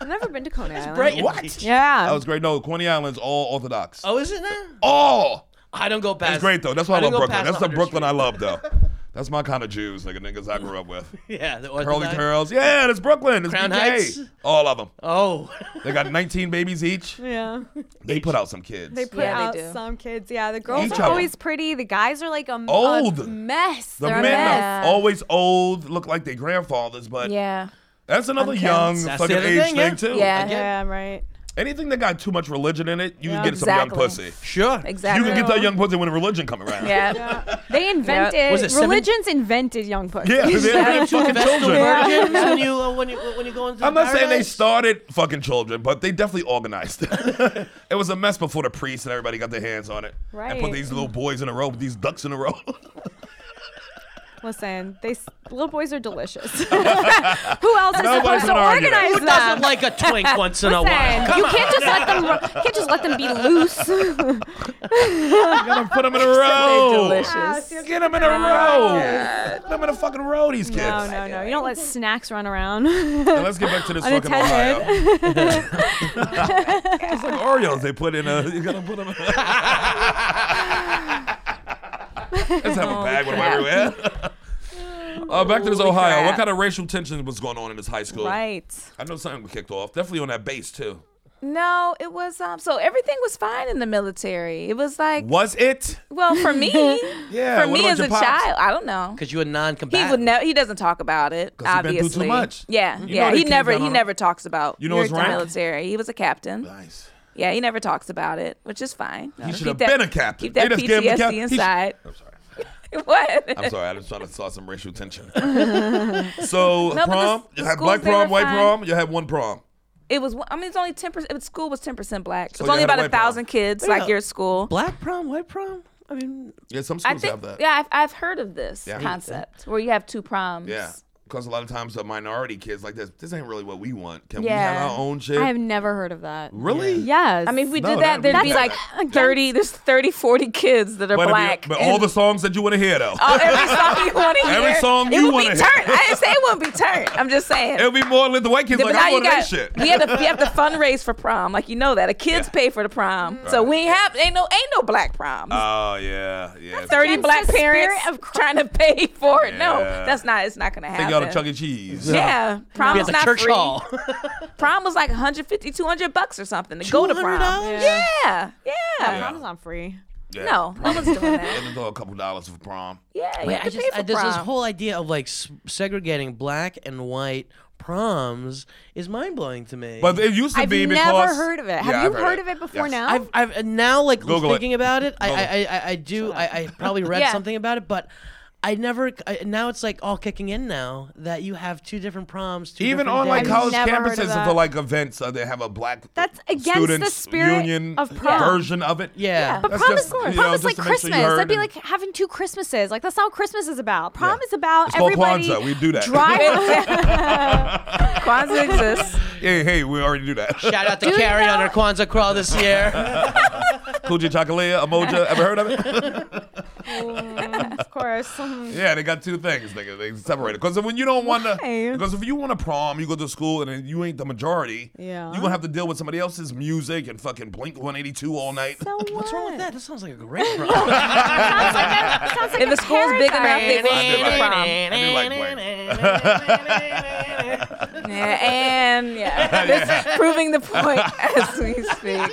Speaker 7: I've never been to Coney Island.
Speaker 9: Brighton
Speaker 6: What?
Speaker 9: Beach.
Speaker 7: Yeah.
Speaker 6: That was great. No, Coney Island's all Orthodox.
Speaker 9: Oh, is it now?
Speaker 6: All.
Speaker 9: I don't go past.
Speaker 6: It's great though. That's why I,
Speaker 9: don't
Speaker 6: love
Speaker 9: go
Speaker 6: Brooklyn.
Speaker 9: past
Speaker 6: That's the
Speaker 9: 100th
Speaker 6: Brooklyn I love though. That's my kind of Jews, nigga, niggas I grew up with.
Speaker 9: Street. Yeah, the
Speaker 6: Curly
Speaker 9: Orthodox.
Speaker 6: curls. Yeah, that's Brooklyn. It's
Speaker 9: Crown
Speaker 6: BK.
Speaker 9: Heights?
Speaker 6: All of them.
Speaker 9: Oh,
Speaker 6: They got 19 babies each.
Speaker 7: yeah.
Speaker 6: They put out some kids.
Speaker 7: They put
Speaker 8: Yeah, they
Speaker 7: out
Speaker 8: do.
Speaker 7: some kids. Yeah, the girls
Speaker 6: Each
Speaker 7: are
Speaker 6: other.
Speaker 7: always pretty. The guys are like a, m- a
Speaker 6: Old.
Speaker 7: mess.
Speaker 6: the
Speaker 7: They're a
Speaker 6: men
Speaker 7: mess.
Speaker 6: are always old, look like their grandfathers, but
Speaker 8: Yeah.
Speaker 6: that's another
Speaker 8: Unkempt.
Speaker 6: young
Speaker 9: That's
Speaker 6: fucking
Speaker 9: the other
Speaker 6: age
Speaker 9: thing, yeah.
Speaker 6: too.
Speaker 8: Yeah.
Speaker 7: Yeah, right.
Speaker 6: Anything that got too much religion in it, you
Speaker 7: Yeah.
Speaker 6: can get some young
Speaker 8: Exactly.
Speaker 6: pussy.
Speaker 9: sure.
Speaker 6: You
Speaker 8: Exactly.
Speaker 6: can get that young pussy when religion come around.
Speaker 8: Yeah.
Speaker 7: They invented
Speaker 9: Was it seven-
Speaker 7: religions invented young pussy.
Speaker 6: Yeah, they had fucking children.
Speaker 9: Virgins when you uh, when you when you go into.
Speaker 6: I'm not saying they
Speaker 9: paradise?
Speaker 6: started fucking children, but they definitely organized it. it was a mess before the priests and everybody got their hands on it. And put
Speaker 7: Right.
Speaker 6: these little boys in a row, with these ducks in a row.
Speaker 7: Listen, they s- little boys are delicious. Who else is
Speaker 6: Nobody's
Speaker 7: supposed to
Speaker 6: gonna argue that.
Speaker 7: organize
Speaker 9: Who doesn't
Speaker 7: them?
Speaker 9: like a twink once in a while?
Speaker 7: Listen, you can't just let them. ru- You can't just let them be loose.
Speaker 6: you gotta put them in a row.
Speaker 8: delicious.
Speaker 7: Oh,
Speaker 6: Get them in a row. Put them in a fucking row, these kids.
Speaker 7: No, no, no. You don't let snacks run around.
Speaker 6: Now let's get back to this fucking Ohio.
Speaker 7: Unattended.
Speaker 6: It's like Oreos they put in a. You gotta put them in a. Let's have
Speaker 8: Oh,
Speaker 6: a bag with them everywhere. Uh, back to this Ohio. What
Speaker 8: crap.
Speaker 6: kind of racial tension was going on in this high school?
Speaker 8: Right.
Speaker 6: I know something was kicked off. Definitely on that base too.
Speaker 8: No, it was um so everything was fine in the military. It was like
Speaker 6: Was it?
Speaker 8: well for me
Speaker 6: Yeah.
Speaker 8: for
Speaker 6: what
Speaker 8: me
Speaker 6: about
Speaker 8: as
Speaker 6: your
Speaker 8: a
Speaker 6: pops?
Speaker 8: child, I don't know.
Speaker 9: Because you a
Speaker 8: He
Speaker 9: non-combatant.
Speaker 8: would never he doesn't talk about it,
Speaker 6: 'Cause he been
Speaker 8: obviously.
Speaker 6: through too much.
Speaker 8: Yeah,
Speaker 6: You know
Speaker 8: yeah.
Speaker 6: the
Speaker 8: He
Speaker 6: kids
Speaker 8: never
Speaker 6: that
Speaker 8: he
Speaker 6: don't-
Speaker 8: never talks about
Speaker 6: You know
Speaker 8: your
Speaker 6: his rank?
Speaker 8: military. He was a captain.
Speaker 6: Nice.
Speaker 8: Yeah, he never talks about it, which is fine.
Speaker 6: He should
Speaker 8: Keep
Speaker 6: have
Speaker 8: that-
Speaker 6: been a captain.
Speaker 8: Keep that
Speaker 6: They just gave him a cap-
Speaker 8: PTSD
Speaker 6: he should-
Speaker 8: inside.
Speaker 6: I'm sorry.
Speaker 8: what?
Speaker 6: I'm sorry. I just trying to saw some racial tension. so
Speaker 8: but the
Speaker 6: prom,
Speaker 8: s-
Speaker 6: you
Speaker 8: the
Speaker 6: had black
Speaker 8: schools, they were
Speaker 6: prom, white
Speaker 8: fine.
Speaker 6: prom. You had one prom.
Speaker 8: It was. I mean, it's only ten percent. School was ten percent black.
Speaker 6: So
Speaker 8: it's
Speaker 6: you
Speaker 8: only
Speaker 6: had a
Speaker 8: about a
Speaker 6: white prom.
Speaker 8: thousand kids, like
Speaker 9: go.
Speaker 8: your school.
Speaker 9: Black prom, white prom. I mean,
Speaker 6: Yeah, some
Speaker 8: I
Speaker 6: schools
Speaker 8: think.
Speaker 6: have that.
Speaker 8: Yeah, I've, I've heard of this
Speaker 6: Yeah.
Speaker 8: concept where you have two proms.
Speaker 6: Yeah. Because a lot of times the minority kids like this, this ain't really what we want. Can we
Speaker 8: Yeah.
Speaker 6: have our own shit?
Speaker 7: I have never heard of that.
Speaker 6: really?
Speaker 7: Yes.
Speaker 8: I mean, if we
Speaker 6: No,
Speaker 8: did that,
Speaker 6: that'd
Speaker 8: there'd
Speaker 6: be
Speaker 8: be
Speaker 6: bad.
Speaker 8: like 30, there's 30, 40 kids that are
Speaker 6: But, it'd be-
Speaker 8: black.
Speaker 6: but all
Speaker 8: And
Speaker 6: the songs that you want to hear though.
Speaker 7: Oh.
Speaker 8: all- every song you want to hear.
Speaker 6: Every song
Speaker 8: it
Speaker 6: you
Speaker 8: would be
Speaker 6: wanna hear.
Speaker 8: turned. I didn't say it wouldn't be turned. I'm just saying.
Speaker 6: It'll be more like the white kids
Speaker 8: Yeah,
Speaker 6: like
Speaker 8: but now
Speaker 6: I
Speaker 8: you
Speaker 6: want that
Speaker 8: got
Speaker 6: shit.
Speaker 8: we had to we have to fundraise for prom, like you know that the kids
Speaker 6: Yeah.
Speaker 8: pay for the prom, so we ain't have ain't no ain't no black prom.
Speaker 6: Oh yeah, yeah.
Speaker 8: Thirty
Speaker 7: against
Speaker 8: black
Speaker 7: the spirit
Speaker 8: parents
Speaker 7: of
Speaker 8: of trying to pay for it. No,
Speaker 6: Yeah.
Speaker 8: that's not it's not gonna happen.
Speaker 6: Take out a Chuck E. Cheese.
Speaker 8: Yeah, prom
Speaker 9: be at
Speaker 8: was
Speaker 9: the
Speaker 8: not
Speaker 9: church
Speaker 8: free.
Speaker 9: hall.
Speaker 8: Prom was like 150, 200 bucks or something to go to prom.
Speaker 9: $200?
Speaker 8: Yeah, yeah.
Speaker 6: Yeah.
Speaker 7: Prom's not free.
Speaker 6: Yeah.
Speaker 8: No, no one's doing that.
Speaker 6: And then throw a couple dollars for prom.
Speaker 8: Yeah, you
Speaker 9: Wait,
Speaker 8: have
Speaker 9: I
Speaker 8: to
Speaker 9: just
Speaker 8: pay
Speaker 9: I,
Speaker 8: for
Speaker 9: there's this
Speaker 8: prom.
Speaker 9: whole idea of like s- segregating black and white proms is mind blowing to me.
Speaker 6: But it used to
Speaker 7: I've
Speaker 6: be
Speaker 7: never
Speaker 6: because
Speaker 7: heard of it. Have
Speaker 6: Yeah,
Speaker 7: you
Speaker 6: I've
Speaker 7: heard of it before
Speaker 6: Yes.
Speaker 7: now?
Speaker 9: I've, I've and now like
Speaker 6: Google it.
Speaker 9: thinking about it, I, I, I, I do. I, I probably read
Speaker 8: Yeah.
Speaker 9: something about it, but I never. I, now it's like all kicking in now that you have two different proms. Two
Speaker 6: Even
Speaker 9: different
Speaker 6: on like
Speaker 9: days.
Speaker 7: I've
Speaker 6: college
Speaker 7: never heard of
Speaker 6: campuses and
Speaker 7: that.
Speaker 6: for like events, uh, they have a black
Speaker 7: That's against the
Speaker 6: students
Speaker 7: spirit
Speaker 6: union
Speaker 7: of prom.
Speaker 6: version of it.
Speaker 9: Yeah. Yeah.
Speaker 7: But
Speaker 6: That's
Speaker 7: prom
Speaker 6: just,
Speaker 7: is, prom
Speaker 6: you know,
Speaker 7: is
Speaker 6: just
Speaker 7: like
Speaker 6: to make sure
Speaker 7: Christmas.
Speaker 6: you heard
Speaker 7: That'd be
Speaker 6: and-
Speaker 7: like having two Christmases. Like that's not what Christmas is about. Prom
Speaker 6: Yeah.
Speaker 7: is about
Speaker 6: It's called
Speaker 7: everybody.
Speaker 6: Kwanzaa. We do that.
Speaker 7: Drive.
Speaker 8: Kwanzaa exists.
Speaker 6: Hey, hey, we already do that.
Speaker 9: Shout out to Carrie on her Kwanzaa crawl this year.
Speaker 6: Kuji Chakalea, Emoja, ever heard of it?
Speaker 7: of course. Mm.
Speaker 6: yeah, they got two things, nigga. They separated. Because when you don't want to,
Speaker 7: Why?
Speaker 6: because if you want to prom, you go to school and then you ain't the majority.
Speaker 7: Yeah.
Speaker 6: You gonna have to deal with somebody else's music and fucking Blink 182 all night.
Speaker 7: So what?
Speaker 9: What's wrong with that? That sounds like a great prom.
Speaker 7: Sounds like a, sounds like
Speaker 8: If
Speaker 7: a
Speaker 8: the school's big enough, they will
Speaker 6: I do
Speaker 8: do the
Speaker 6: like-
Speaker 8: prom.
Speaker 6: I do like Blink.
Speaker 8: Yeah, and yeah, this proving the point as we speak.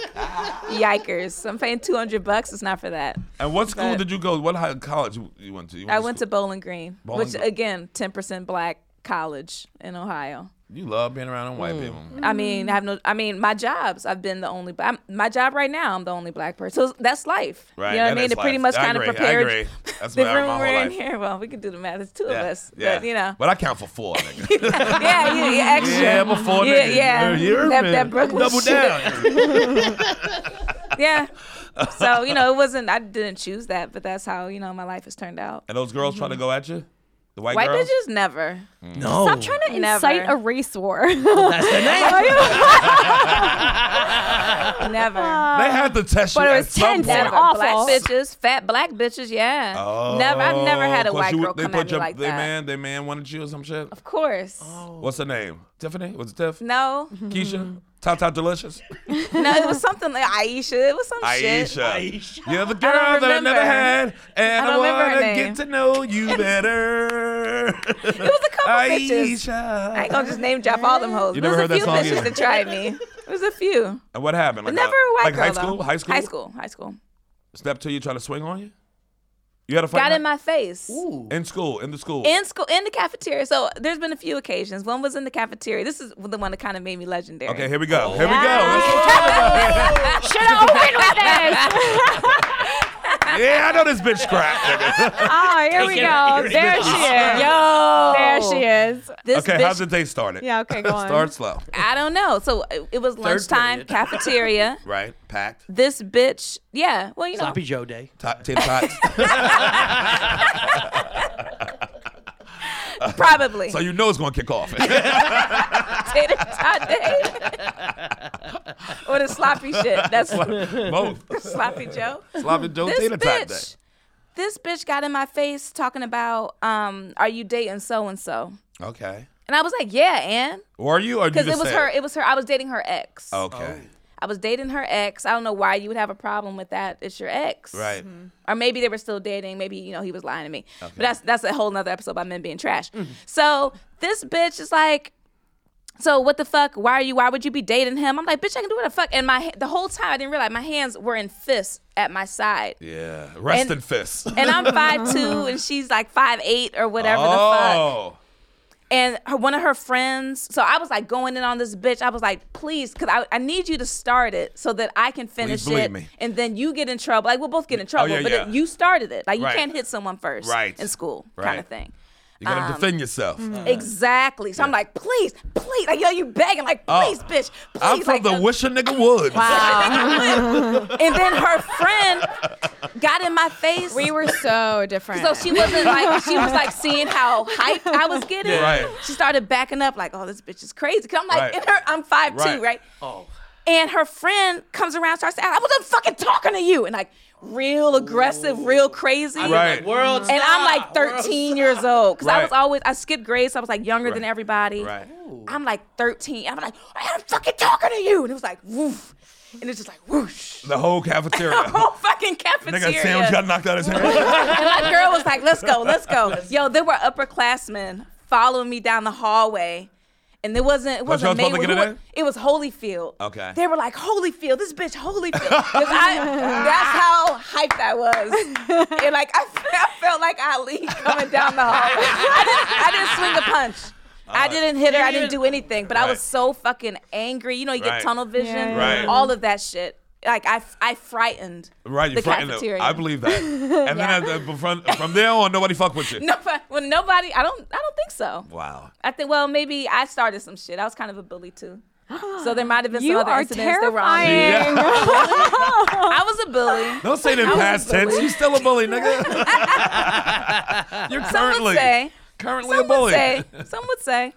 Speaker 8: Yikers! I'm paying 200 bucks. It's not for that.
Speaker 6: And what school
Speaker 8: But-
Speaker 6: did you go? What high college you, you went to? You
Speaker 8: I went to Bowling Green,
Speaker 6: Bowling
Speaker 8: which
Speaker 6: Green.
Speaker 8: again, 10% black college in Ohio.
Speaker 6: You love being around
Speaker 8: Mm.
Speaker 6: white people.
Speaker 8: I mean, I have no. I mean, my jobs. I've been the only. I'm, my job right now, I'm the only black person. So that's life.
Speaker 6: Right.
Speaker 8: You know what I
Speaker 6: that
Speaker 8: mean?
Speaker 6: is
Speaker 8: It pretty
Speaker 6: life.
Speaker 8: much
Speaker 6: I
Speaker 8: kind of
Speaker 6: agree,
Speaker 8: prepared
Speaker 6: I agree. That's
Speaker 8: the
Speaker 6: been my
Speaker 8: room
Speaker 6: whole
Speaker 8: we're in
Speaker 6: life.
Speaker 8: here. Well, we can do the math. It's two of us.
Speaker 6: yeah.
Speaker 8: But you know.
Speaker 6: But I count for four, nigga.
Speaker 8: yeah, you, you extra.
Speaker 6: Yeah, I'm a four
Speaker 8: Yeah,
Speaker 6: nigga.
Speaker 8: yeah.
Speaker 6: You're
Speaker 8: That-
Speaker 6: man.
Speaker 8: that Brooklyn
Speaker 6: Double
Speaker 8: shit.
Speaker 6: down.
Speaker 8: yeah. So you know, it wasn't. I didn't choose that, but that's how you know my life has turned out.
Speaker 6: and those girls try to go at you? The white,
Speaker 8: Mm-hmm. White
Speaker 6: girls?
Speaker 8: bitches never.
Speaker 9: no,
Speaker 7: Stop trying to incite
Speaker 8: Never.
Speaker 7: a race war.
Speaker 9: That's the name.
Speaker 8: Never.
Speaker 6: They had to test you
Speaker 7: But it
Speaker 6: at
Speaker 7: was
Speaker 6: some
Speaker 7: 10
Speaker 6: point.
Speaker 8: Never.
Speaker 7: and awful.
Speaker 8: Black bitches, fat black bitches, yeah. never. I've never had a
Speaker 6: Oh, 'cause
Speaker 8: white
Speaker 6: you-
Speaker 8: girl
Speaker 6: they
Speaker 8: come
Speaker 6: put
Speaker 8: at me
Speaker 6: your-
Speaker 8: like
Speaker 6: they
Speaker 8: that.
Speaker 6: Man, Oh. they man wanted you or some shit.
Speaker 8: Of course.
Speaker 6: What's her name? Tiffany? Was it Tiff?
Speaker 8: No, Mm-hmm.
Speaker 6: Keisha? Tata Delicious?
Speaker 8: no, it was something like Aisha. It was some shit.
Speaker 6: Aisha. You're the girl
Speaker 8: don't
Speaker 6: that I never
Speaker 8: remember.
Speaker 6: had, and
Speaker 8: I
Speaker 6: I,
Speaker 8: don't remember her
Speaker 6: want to
Speaker 8: name.
Speaker 6: get to know you better. It was
Speaker 8: a couple bitches.
Speaker 6: Aisha.
Speaker 8: I ain't gonna just name drop all them hoes.
Speaker 6: You
Speaker 8: There
Speaker 6: never
Speaker 8: was a
Speaker 6: heard that
Speaker 8: few
Speaker 6: song
Speaker 8: bitches
Speaker 6: either.
Speaker 8: that tried me. It was a few.
Speaker 6: And what happened? Like uh,
Speaker 8: Never a white
Speaker 6: like
Speaker 8: girl
Speaker 6: high
Speaker 8: though.
Speaker 6: school, high school,
Speaker 8: High school. High school.
Speaker 6: Step to you, try to swing on you. You had a fight
Speaker 8: Got in
Speaker 6: night?
Speaker 8: my face.
Speaker 6: in school, in the school.
Speaker 8: In school, in the cafeteria. So there's been a few occasions. One was in the cafeteria. This is the one that kind of made me legendary.
Speaker 6: okay, here we
Speaker 8: Oh,
Speaker 6: go. Here we go. That's what-
Speaker 7: Should have Oh, opened with this.
Speaker 6: yeah, I know this bitch crap. nigga.
Speaker 7: Oh, here we go. There she is.
Speaker 8: Yo,
Speaker 7: There she is.
Speaker 8: This
Speaker 6: okay,
Speaker 8: bitch
Speaker 6: how did they start it?
Speaker 7: Yeah, okay, go on.
Speaker 6: Start slow.
Speaker 8: I don't know. So it, it was lunchtime
Speaker 9: period.
Speaker 8: cafeteria.
Speaker 6: Right, packed,
Speaker 8: This bitch, yeah. Well, you know,
Speaker 9: Sloppy Joe Day.
Speaker 6: top tip tots.
Speaker 8: probably.
Speaker 6: so you know it's gonna kick off.
Speaker 8: Tater tot day. or the sloppy shit. That's
Speaker 6: Both.
Speaker 8: sloppy Joe.
Speaker 6: Sloppy Joe
Speaker 8: This
Speaker 6: Tater Tot Day.
Speaker 8: bitch, this bitch got in my face talking about, um, are you dating so and so?
Speaker 6: Okay.
Speaker 8: And I was like, yeah, and
Speaker 6: Were you or you
Speaker 8: because
Speaker 6: just Oh.
Speaker 8: it was
Speaker 6: said
Speaker 8: her. It was her. I was dating her ex.
Speaker 6: Okay.
Speaker 9: Oh.
Speaker 8: I was dating her ex. I don't know why you would have a problem with that. It's your ex,
Speaker 6: Right.
Speaker 8: Or maybe they were still dating. Maybe you know he was lying to me. But that's that's a whole nother episode about men being trash. So this bitch is like, so what the fuck? Why are you? Why would you be dating him? I'm like, bitch, I can do what the fuck. And my ha- the whole time I didn't realize my hands were in fists at my side.
Speaker 6: Yeah. Rest
Speaker 8: And-
Speaker 6: in fists.
Speaker 8: And I'm five two, and she's like five eight or whatever the fuck.
Speaker 6: oh.
Speaker 8: And her, one of her friends, so I was like going in on this bitch. I was like, please, because I, I need you to start it so that I can finish
Speaker 6: believe
Speaker 8: it.
Speaker 6: me. Oh,
Speaker 8: And then you get in trouble. Like, we'll both get in trouble,
Speaker 6: yeah,
Speaker 8: but
Speaker 6: yeah.
Speaker 8: It, you started it. Like, you
Speaker 6: Right.
Speaker 8: can't hit someone first
Speaker 6: Right.
Speaker 8: in school, kind
Speaker 6: Right. Uh-huh.
Speaker 8: of thing.
Speaker 6: You gotta defend yourself.
Speaker 8: mm-hmm. Exactly. So I'm like, please, please. Like, yo, you begging. Like, please, bitch. Please.
Speaker 6: Oh, I'm from
Speaker 8: like,
Speaker 6: the
Speaker 8: uh,
Speaker 6: wish a nigga would.
Speaker 8: Wow. and then her friend got in my face.
Speaker 7: We were so different.
Speaker 8: so she wasn't like she was like seeing how hyped I was getting.
Speaker 6: Yeah. Right.
Speaker 8: She started backing up like, "Oh, this bitch is crazy." i I'm like,
Speaker 6: Right.
Speaker 8: in her, I'm five
Speaker 6: Right.
Speaker 8: two, right? Oh. And her friend comes around, starts to act, I wasn't fucking talking to you, and like real aggressive, real crazy.
Speaker 6: Right.
Speaker 9: World
Speaker 8: And I'm like 13 years old because I
Speaker 6: Right.
Speaker 8: was always I skipped grades, so I was like younger than
Speaker 6: Right.
Speaker 8: everybody.
Speaker 6: Right.
Speaker 8: I'm like 13. I'm like I'm fucking talking to you, and it was like woof, and it's just like whoosh.
Speaker 6: The whole cafeteria.
Speaker 8: Whole fucking cafeteria.
Speaker 6: nigga, Sam got knocked out his head.
Speaker 8: and my girl was like, "Let's go, let's go." Yo, there were upperclassmen following me down the hallway, and it wasn't it wasn't
Speaker 6: y'all supposed to
Speaker 8: Mayweather.
Speaker 6: get in
Speaker 8: Who-
Speaker 6: there?
Speaker 8: It was Holyfield.
Speaker 6: Okay.
Speaker 8: They were like, "Holyfield, this bitch, Holyfield." 'Cause I, that's how hyped I was, and like I, fe- I felt like Ali coming down the hallway. I didn't, I didn't swing a punch. I didn't hit her. I didn't do anything, but I
Speaker 6: Right.
Speaker 8: was so fucking angry. You know, you
Speaker 6: Right.
Speaker 8: get tunnel vision,
Speaker 7: Yeah.
Speaker 6: Right.
Speaker 8: all of that shit. Like I, I frightened
Speaker 6: Right, you
Speaker 8: the
Speaker 6: frightened them.
Speaker 8: cafeteria.
Speaker 6: I believe that. And
Speaker 8: Yeah.
Speaker 6: then at the, from, from there on, nobody fuck with you.
Speaker 8: Nobody. Well, nobody. I don't. I don't think so.
Speaker 6: Wow.
Speaker 8: I think. Well, maybe I started some shit. I was kind of a bully too. So there might have been some
Speaker 7: you
Speaker 8: other
Speaker 7: are
Speaker 8: incidents that were on. me.
Speaker 7: terrifying.
Speaker 8: I was a bully.
Speaker 6: Don't say that
Speaker 8: I was a
Speaker 6: past tense.
Speaker 8: bully.
Speaker 6: You still a bully, nigga. You're
Speaker 8: Some would
Speaker 6: currently
Speaker 8: say.
Speaker 6: currently a
Speaker 8: Some would
Speaker 6: bully.
Speaker 8: say. Some would say.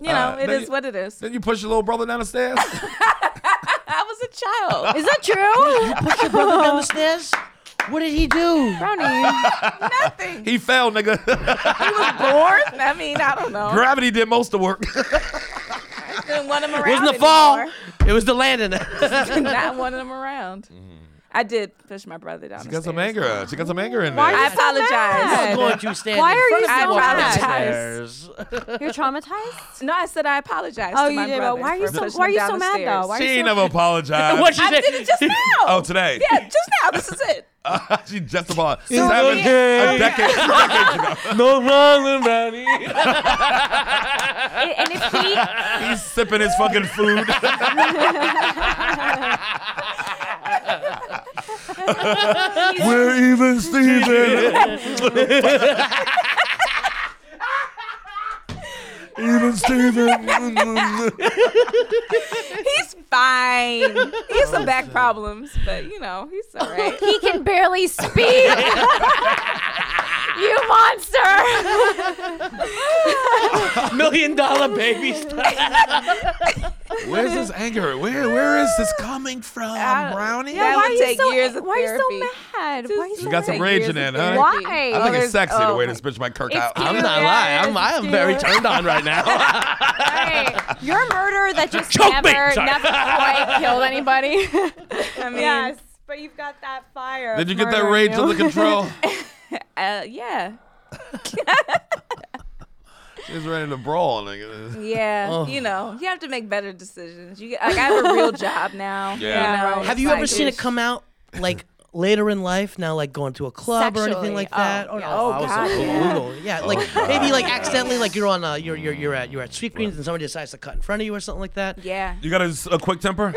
Speaker 8: You know,
Speaker 6: Uh,
Speaker 8: it
Speaker 6: no,
Speaker 8: is
Speaker 6: you-
Speaker 8: what it is.
Speaker 6: Then you push your little brother down the stairs.
Speaker 8: I was a child.
Speaker 7: Is that true?
Speaker 9: Push your brother down the stairs. What did he do?
Speaker 7: Brownie.
Speaker 8: Nothing.
Speaker 6: he fell, nigga.
Speaker 8: He was born. I mean, I don't know.
Speaker 6: Gravity did most of the work.
Speaker 8: Didn't want him around
Speaker 9: It wasn't the fall.
Speaker 8: anymore.
Speaker 9: It was the landing.
Speaker 8: Not wanting him around.
Speaker 6: Mm-hmm.
Speaker 8: I did push my brother down.
Speaker 6: she
Speaker 8: the
Speaker 6: got some
Speaker 8: stairs.
Speaker 6: anger. She got some anger in
Speaker 7: Why
Speaker 8: I
Speaker 6: there.
Speaker 7: you so mad?
Speaker 8: apologize.
Speaker 9: going to stand
Speaker 7: Why
Speaker 9: in
Speaker 7: are
Speaker 9: front
Speaker 7: you so
Speaker 9: of people down the
Speaker 7: mad?
Speaker 9: stairs.
Speaker 7: You're traumatized?
Speaker 8: No, I said I apologize.
Speaker 7: Oh,
Speaker 8: to my
Speaker 7: you did, but
Speaker 8: brother
Speaker 7: why are you
Speaker 8: for
Speaker 7: so-
Speaker 8: pushing
Speaker 7: why are
Speaker 8: him
Speaker 7: you
Speaker 8: down
Speaker 7: so
Speaker 8: the
Speaker 7: mad, though?
Speaker 8: stairs.
Speaker 7: Why
Speaker 6: She ain't never apologized.
Speaker 9: What she
Speaker 8: I did it just now.
Speaker 6: Oh, today.
Speaker 8: Yeah, just now. This is it.
Speaker 6: she just about
Speaker 9: It's
Speaker 6: seven,
Speaker 9: okay.
Speaker 6: a decade, two decades ago.
Speaker 9: no wrong, Manny.
Speaker 7: And if he
Speaker 6: He's sipping his fucking food. We're even Steven. even Steven.
Speaker 8: He's fine. He has some back problems, but you know, he's all right.
Speaker 7: he can barely speak. you monster.
Speaker 9: Million dollar babies.
Speaker 6: Where's this anger? Where where is this coming from, Brownie?
Speaker 8: That
Speaker 7: why
Speaker 8: would
Speaker 7: are you
Speaker 8: take
Speaker 7: so,
Speaker 8: years of
Speaker 7: Why are you so
Speaker 8: therapy.
Speaker 7: mad? Why are you
Speaker 8: Just-
Speaker 7: so
Speaker 6: You got some
Speaker 7: mad?
Speaker 8: Years
Speaker 6: raging
Speaker 8: of
Speaker 6: in, huh?
Speaker 8: therapy.
Speaker 7: Why?
Speaker 6: I think
Speaker 8: Oh,
Speaker 6: it's sexy the
Speaker 8: there's-
Speaker 6: way
Speaker 8: oh
Speaker 6: this bitch might kirk
Speaker 7: It's
Speaker 6: out.
Speaker 7: cute.
Speaker 6: I'm
Speaker 9: I'm
Speaker 6: not-
Speaker 9: not
Speaker 7: Yeah,
Speaker 9: lying. I'm,
Speaker 7: it's
Speaker 9: I am very
Speaker 7: cute.
Speaker 9: turned on right now.
Speaker 7: Hey, you're a murderer that just
Speaker 9: Choke me.
Speaker 7: never,
Speaker 9: Sorry.
Speaker 7: never quite killed anybody.
Speaker 8: I mean,
Speaker 7: yes, but you've got that fire.
Speaker 6: Did
Speaker 7: of
Speaker 6: you get that
Speaker 7: murder in
Speaker 6: rage
Speaker 7: you.
Speaker 6: under control?
Speaker 8: uh, yeah,
Speaker 6: She's ready to brawl, nigga.
Speaker 8: yeah.
Speaker 6: Oh.
Speaker 8: You know, you have to make better decisions. You get, like, I have a real job now.
Speaker 6: Yeah.
Speaker 8: You know,
Speaker 9: Have
Speaker 8: it's
Speaker 9: you
Speaker 8: like-
Speaker 9: ever seen it come out like later in life? Now, like going to a club or anything
Speaker 7: Sexually.
Speaker 9: like
Speaker 7: Oh,
Speaker 9: that? no.
Speaker 7: yeah.
Speaker 9: I was
Speaker 8: God,
Speaker 9: so
Speaker 8: yeah.
Speaker 9: brutal. Yeah, like maybe like accidentally, like you're on, uh, you're you're you're at you're at sweet greens and somebody decides to cut in front of you or something like that.
Speaker 8: Yeah,
Speaker 6: You got a, a quick temper?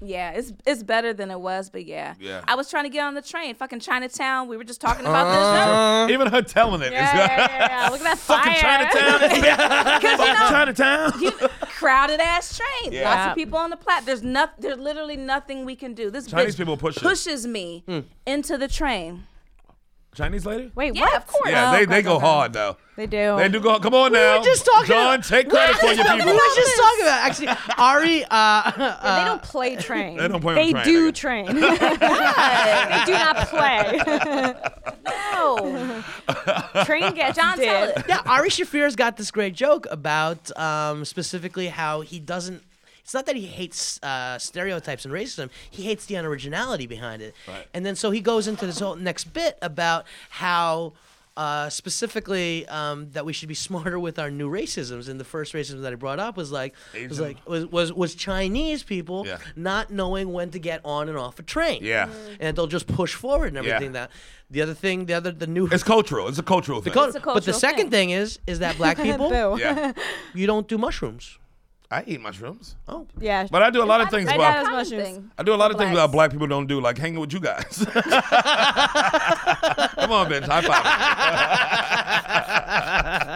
Speaker 8: yeah. It's it's better than it was, but yeah.
Speaker 6: Yeah.
Speaker 8: I was trying to get on the train, fucking Chinatown. We were just talking about
Speaker 6: Even her telling it is
Speaker 7: Yeah, yeah, yeah, yeah. Look at that fire.
Speaker 6: fucking Chinatown.
Speaker 8: this show. 'Cause, you know,
Speaker 6: Chinatown.
Speaker 8: crowded ass train.
Speaker 6: Yeah.
Speaker 8: Lots of people on the plat. There's not. There's literally nothing we can do. This
Speaker 6: Chinese
Speaker 8: bitch
Speaker 6: people push it.
Speaker 8: pushes me
Speaker 6: Hmm.
Speaker 8: into the train.
Speaker 6: Chinese lady?
Speaker 7: Wait,
Speaker 8: Yeah,
Speaker 7: what?
Speaker 8: of course.
Speaker 6: Yeah,
Speaker 8: Oh,
Speaker 6: they,
Speaker 8: okay,
Speaker 6: they go
Speaker 8: okay.
Speaker 6: hard though.
Speaker 7: They do.
Speaker 6: They do go. Come on now.
Speaker 9: just talking
Speaker 6: John,
Speaker 9: about-
Speaker 6: take credit for your
Speaker 9: We
Speaker 6: people.
Speaker 9: were just talking about actually Ari. Uh,
Speaker 7: they don't play train.
Speaker 6: They don't play on
Speaker 7: They
Speaker 6: train,
Speaker 7: do
Speaker 6: okay.
Speaker 7: train. they do not play.
Speaker 8: No,
Speaker 7: train gets
Speaker 8: John, tell
Speaker 7: did.
Speaker 8: it.
Speaker 9: yeah, Ari Shafir's got this great joke about um, specifically how he doesn't. It's not that he hates uh, stereotypes and racism. He hates the unoriginality behind it. Right. And then so he goes into this whole next bit about how uh, specifically um, that we should be smarter with our new racisms. And the first racism that I brought up was like was
Speaker 6: Asian.
Speaker 9: like was was, was Chinese people
Speaker 6: Yeah.
Speaker 9: not knowing when to get on and off a train.
Speaker 6: Yeah.
Speaker 9: and they'll just push forward and
Speaker 6: Yeah.
Speaker 9: everything. That the other thing, the other the new.
Speaker 6: It's cultural. It's a cultural
Speaker 9: the
Speaker 6: thing.
Speaker 9: cul-
Speaker 8: It's a
Speaker 9: but the
Speaker 8: cultural
Speaker 9: second
Speaker 8: thing.
Speaker 9: thing is is that black people
Speaker 7: Boo.
Speaker 6: yeah.
Speaker 9: you don't do mushrooms.
Speaker 6: I eat mushrooms.
Speaker 9: Oh,
Speaker 7: Yeah.
Speaker 6: But I do a lot of things
Speaker 7: right
Speaker 6: about
Speaker 7: now it's
Speaker 8: Common
Speaker 7: mushrooms.
Speaker 8: thing.
Speaker 6: I do a lot of things
Speaker 8: Blacks.
Speaker 6: that black people don't do, like hanging with you guys. Come on, bitch. High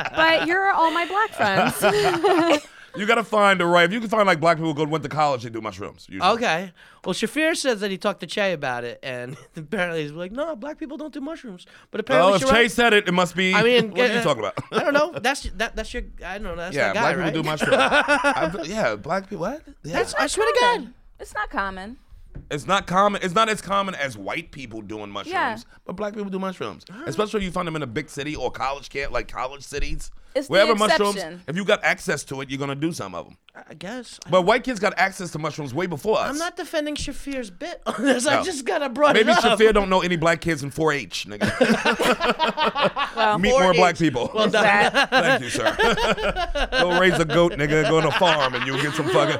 Speaker 6: five.
Speaker 7: but you're all my black friends.
Speaker 6: You gotta find the right. If you can find like black people who go- went to college, they do mushrooms. usually.
Speaker 9: Okay. Well, Shafir says that he talked to Che about it, and apparently he's like, "No, black people don't do mushrooms." But apparently,
Speaker 6: Well, Oh, if
Speaker 9: Sherrod-
Speaker 6: Chase said it, it must be.
Speaker 9: I mean,
Speaker 6: what are you
Speaker 9: uh,
Speaker 6: talking about?
Speaker 9: I don't know. That's that. That's your. I don't know. That's
Speaker 6: yeah,
Speaker 9: that guy,
Speaker 6: black
Speaker 9: right?
Speaker 6: people do mushrooms. I- yeah, black people. What? Yeah.
Speaker 9: That's, I swear to God.
Speaker 8: It's not common.
Speaker 6: It's not common. It's not as common as white people doing mushrooms,
Speaker 8: Yeah.
Speaker 6: but black people do mushrooms. Especially if you find them in a big city or college camp, like college cities.
Speaker 8: It's the
Speaker 6: Wherever mushrooms,
Speaker 8: exception.
Speaker 6: if you got access to it, you're gonna do some of them.
Speaker 9: I guess.
Speaker 6: But white kids got access to mushrooms way before us.
Speaker 9: I'm not defending Shafir's bit on this. I
Speaker 6: No.
Speaker 9: just got to brought
Speaker 6: Maybe
Speaker 9: it up.
Speaker 6: Shafir don't know any black kids in 4-H, nigga. Meet more
Speaker 9: 4-H.
Speaker 6: black people.
Speaker 9: Well done.
Speaker 6: Thank you, sir. go raise a goat, nigga. Go on a farm and you'll get some fucking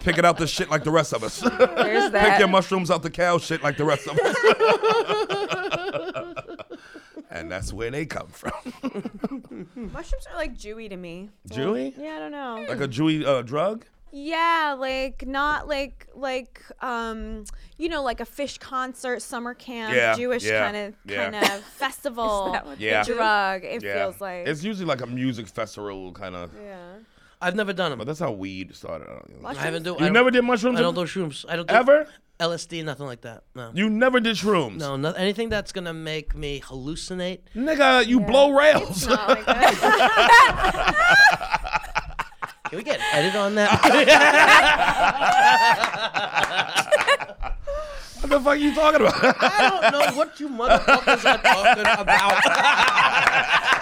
Speaker 6: picking out the shit like the rest of us.
Speaker 8: There's
Speaker 6: Pick
Speaker 8: that.
Speaker 6: your mushrooms out the cow shit like the rest of us. and that's where they come from.
Speaker 7: mushrooms are like Jewy to me.
Speaker 6: Jewy?
Speaker 7: Yeah, I don't know.
Speaker 6: Like a Jewy uh, drug?
Speaker 7: Yeah, like not like like um you know like a fish concert, summer camp,
Speaker 6: Yeah,
Speaker 7: Jewish
Speaker 6: yeah,
Speaker 7: kind of
Speaker 6: yeah.
Speaker 7: kind of festival.
Speaker 8: that what
Speaker 6: Yeah.
Speaker 7: the drug. It feels like
Speaker 6: It's usually like a music festival kind of.
Speaker 7: yeah.
Speaker 9: I've never done
Speaker 6: But
Speaker 9: them.
Speaker 6: that's how weed started. I don't know.
Speaker 9: I haven't do. I
Speaker 6: You
Speaker 9: don't-
Speaker 6: never did mushrooms?
Speaker 9: I don't do shrooms. I don't do
Speaker 6: Ever?
Speaker 9: LSD. Nothing like that. No.
Speaker 6: You never did shrooms?
Speaker 9: no, no, anything that's gonna make me hallucinate.
Speaker 6: Nigga, you blow rails.
Speaker 7: Not like that.
Speaker 9: Can we get an edit on that?
Speaker 6: What the fuck are you talking about?
Speaker 9: I don't know what you motherfuckers are talking about.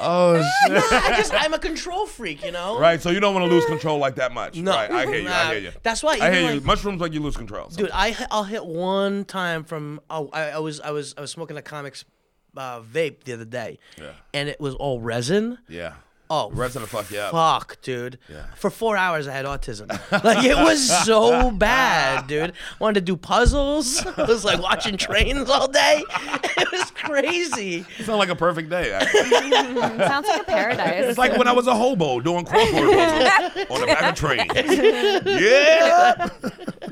Speaker 6: oh shit.
Speaker 9: I just, I'm a control freak, you know.
Speaker 6: Right, so you don't want to lose control like that much.
Speaker 9: No.
Speaker 6: Right, I hear you. I
Speaker 9: Nah,
Speaker 6: hear you.
Speaker 9: that's why
Speaker 6: I
Speaker 9: even
Speaker 6: hear you.
Speaker 9: like-
Speaker 6: Mushrooms like you lose control. So.
Speaker 9: Dude, I I'll hit one time from oh, I, I was I was I was smoking a comics uh, vape the other day,
Speaker 6: Yeah.
Speaker 9: and it was all resin.
Speaker 6: Yeah.
Speaker 9: Oh,
Speaker 6: Red's gonna fuck you up.
Speaker 9: fuck, dude! For four hours, I had autism. like it was so bad, dude. Wanted to do puzzles. I was like watching trains all day. It was crazy.
Speaker 6: It's not like a perfect day. actually.
Speaker 8: Sounds like a paradise.
Speaker 6: It's like when I was a hobo doing crossword puzzles on the back of train. Yeah.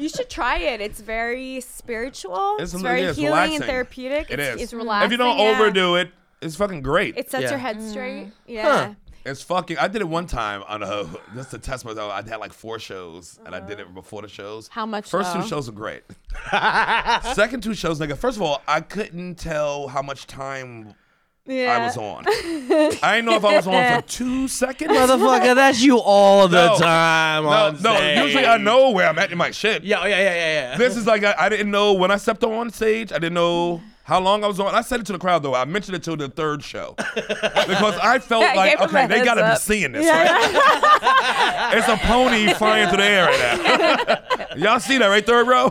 Speaker 7: you should try it. It's very spiritual. It's,
Speaker 6: a-
Speaker 7: very
Speaker 6: yeah,
Speaker 7: healing
Speaker 6: relaxing.
Speaker 7: and therapeutic.
Speaker 6: It
Speaker 7: it's,
Speaker 6: is.
Speaker 7: It's relaxing.
Speaker 6: If you don't
Speaker 7: yeah.
Speaker 6: overdo it, it's fucking great.
Speaker 7: it sets
Speaker 9: Yeah.
Speaker 7: your head
Speaker 6: Mm.
Speaker 7: straight. Yeah.
Speaker 6: It's fucking. I did it one time on a just to test myself. I had like four shows, and I did it before the shows.
Speaker 7: How much,
Speaker 6: First two
Speaker 7: though?
Speaker 6: shows were great. Second two shows, nigga. First of all, I couldn't tell how much time
Speaker 7: Yeah.
Speaker 6: I was on. I didn't know if I was on for two seconds.
Speaker 9: Motherfucker, that's you all the
Speaker 6: No.
Speaker 9: time.
Speaker 6: no,
Speaker 9: on
Speaker 6: no.
Speaker 9: stage.
Speaker 6: Usually I know where I'm at in my shit.
Speaker 9: Yeah, oh, yeah, yeah, yeah, yeah.
Speaker 6: This is like I, I didn't know when I stepped on stage. I didn't know how long I was on. I said it to the crowd though. I mentioned it to the third show because I felt
Speaker 8: Yeah, I
Speaker 6: like
Speaker 8: gave him
Speaker 6: okay,
Speaker 8: a
Speaker 6: they
Speaker 8: heads
Speaker 6: gotta
Speaker 8: up.
Speaker 6: be seeing this. it's a pony flying through the air right now. Y'all see that right, third row?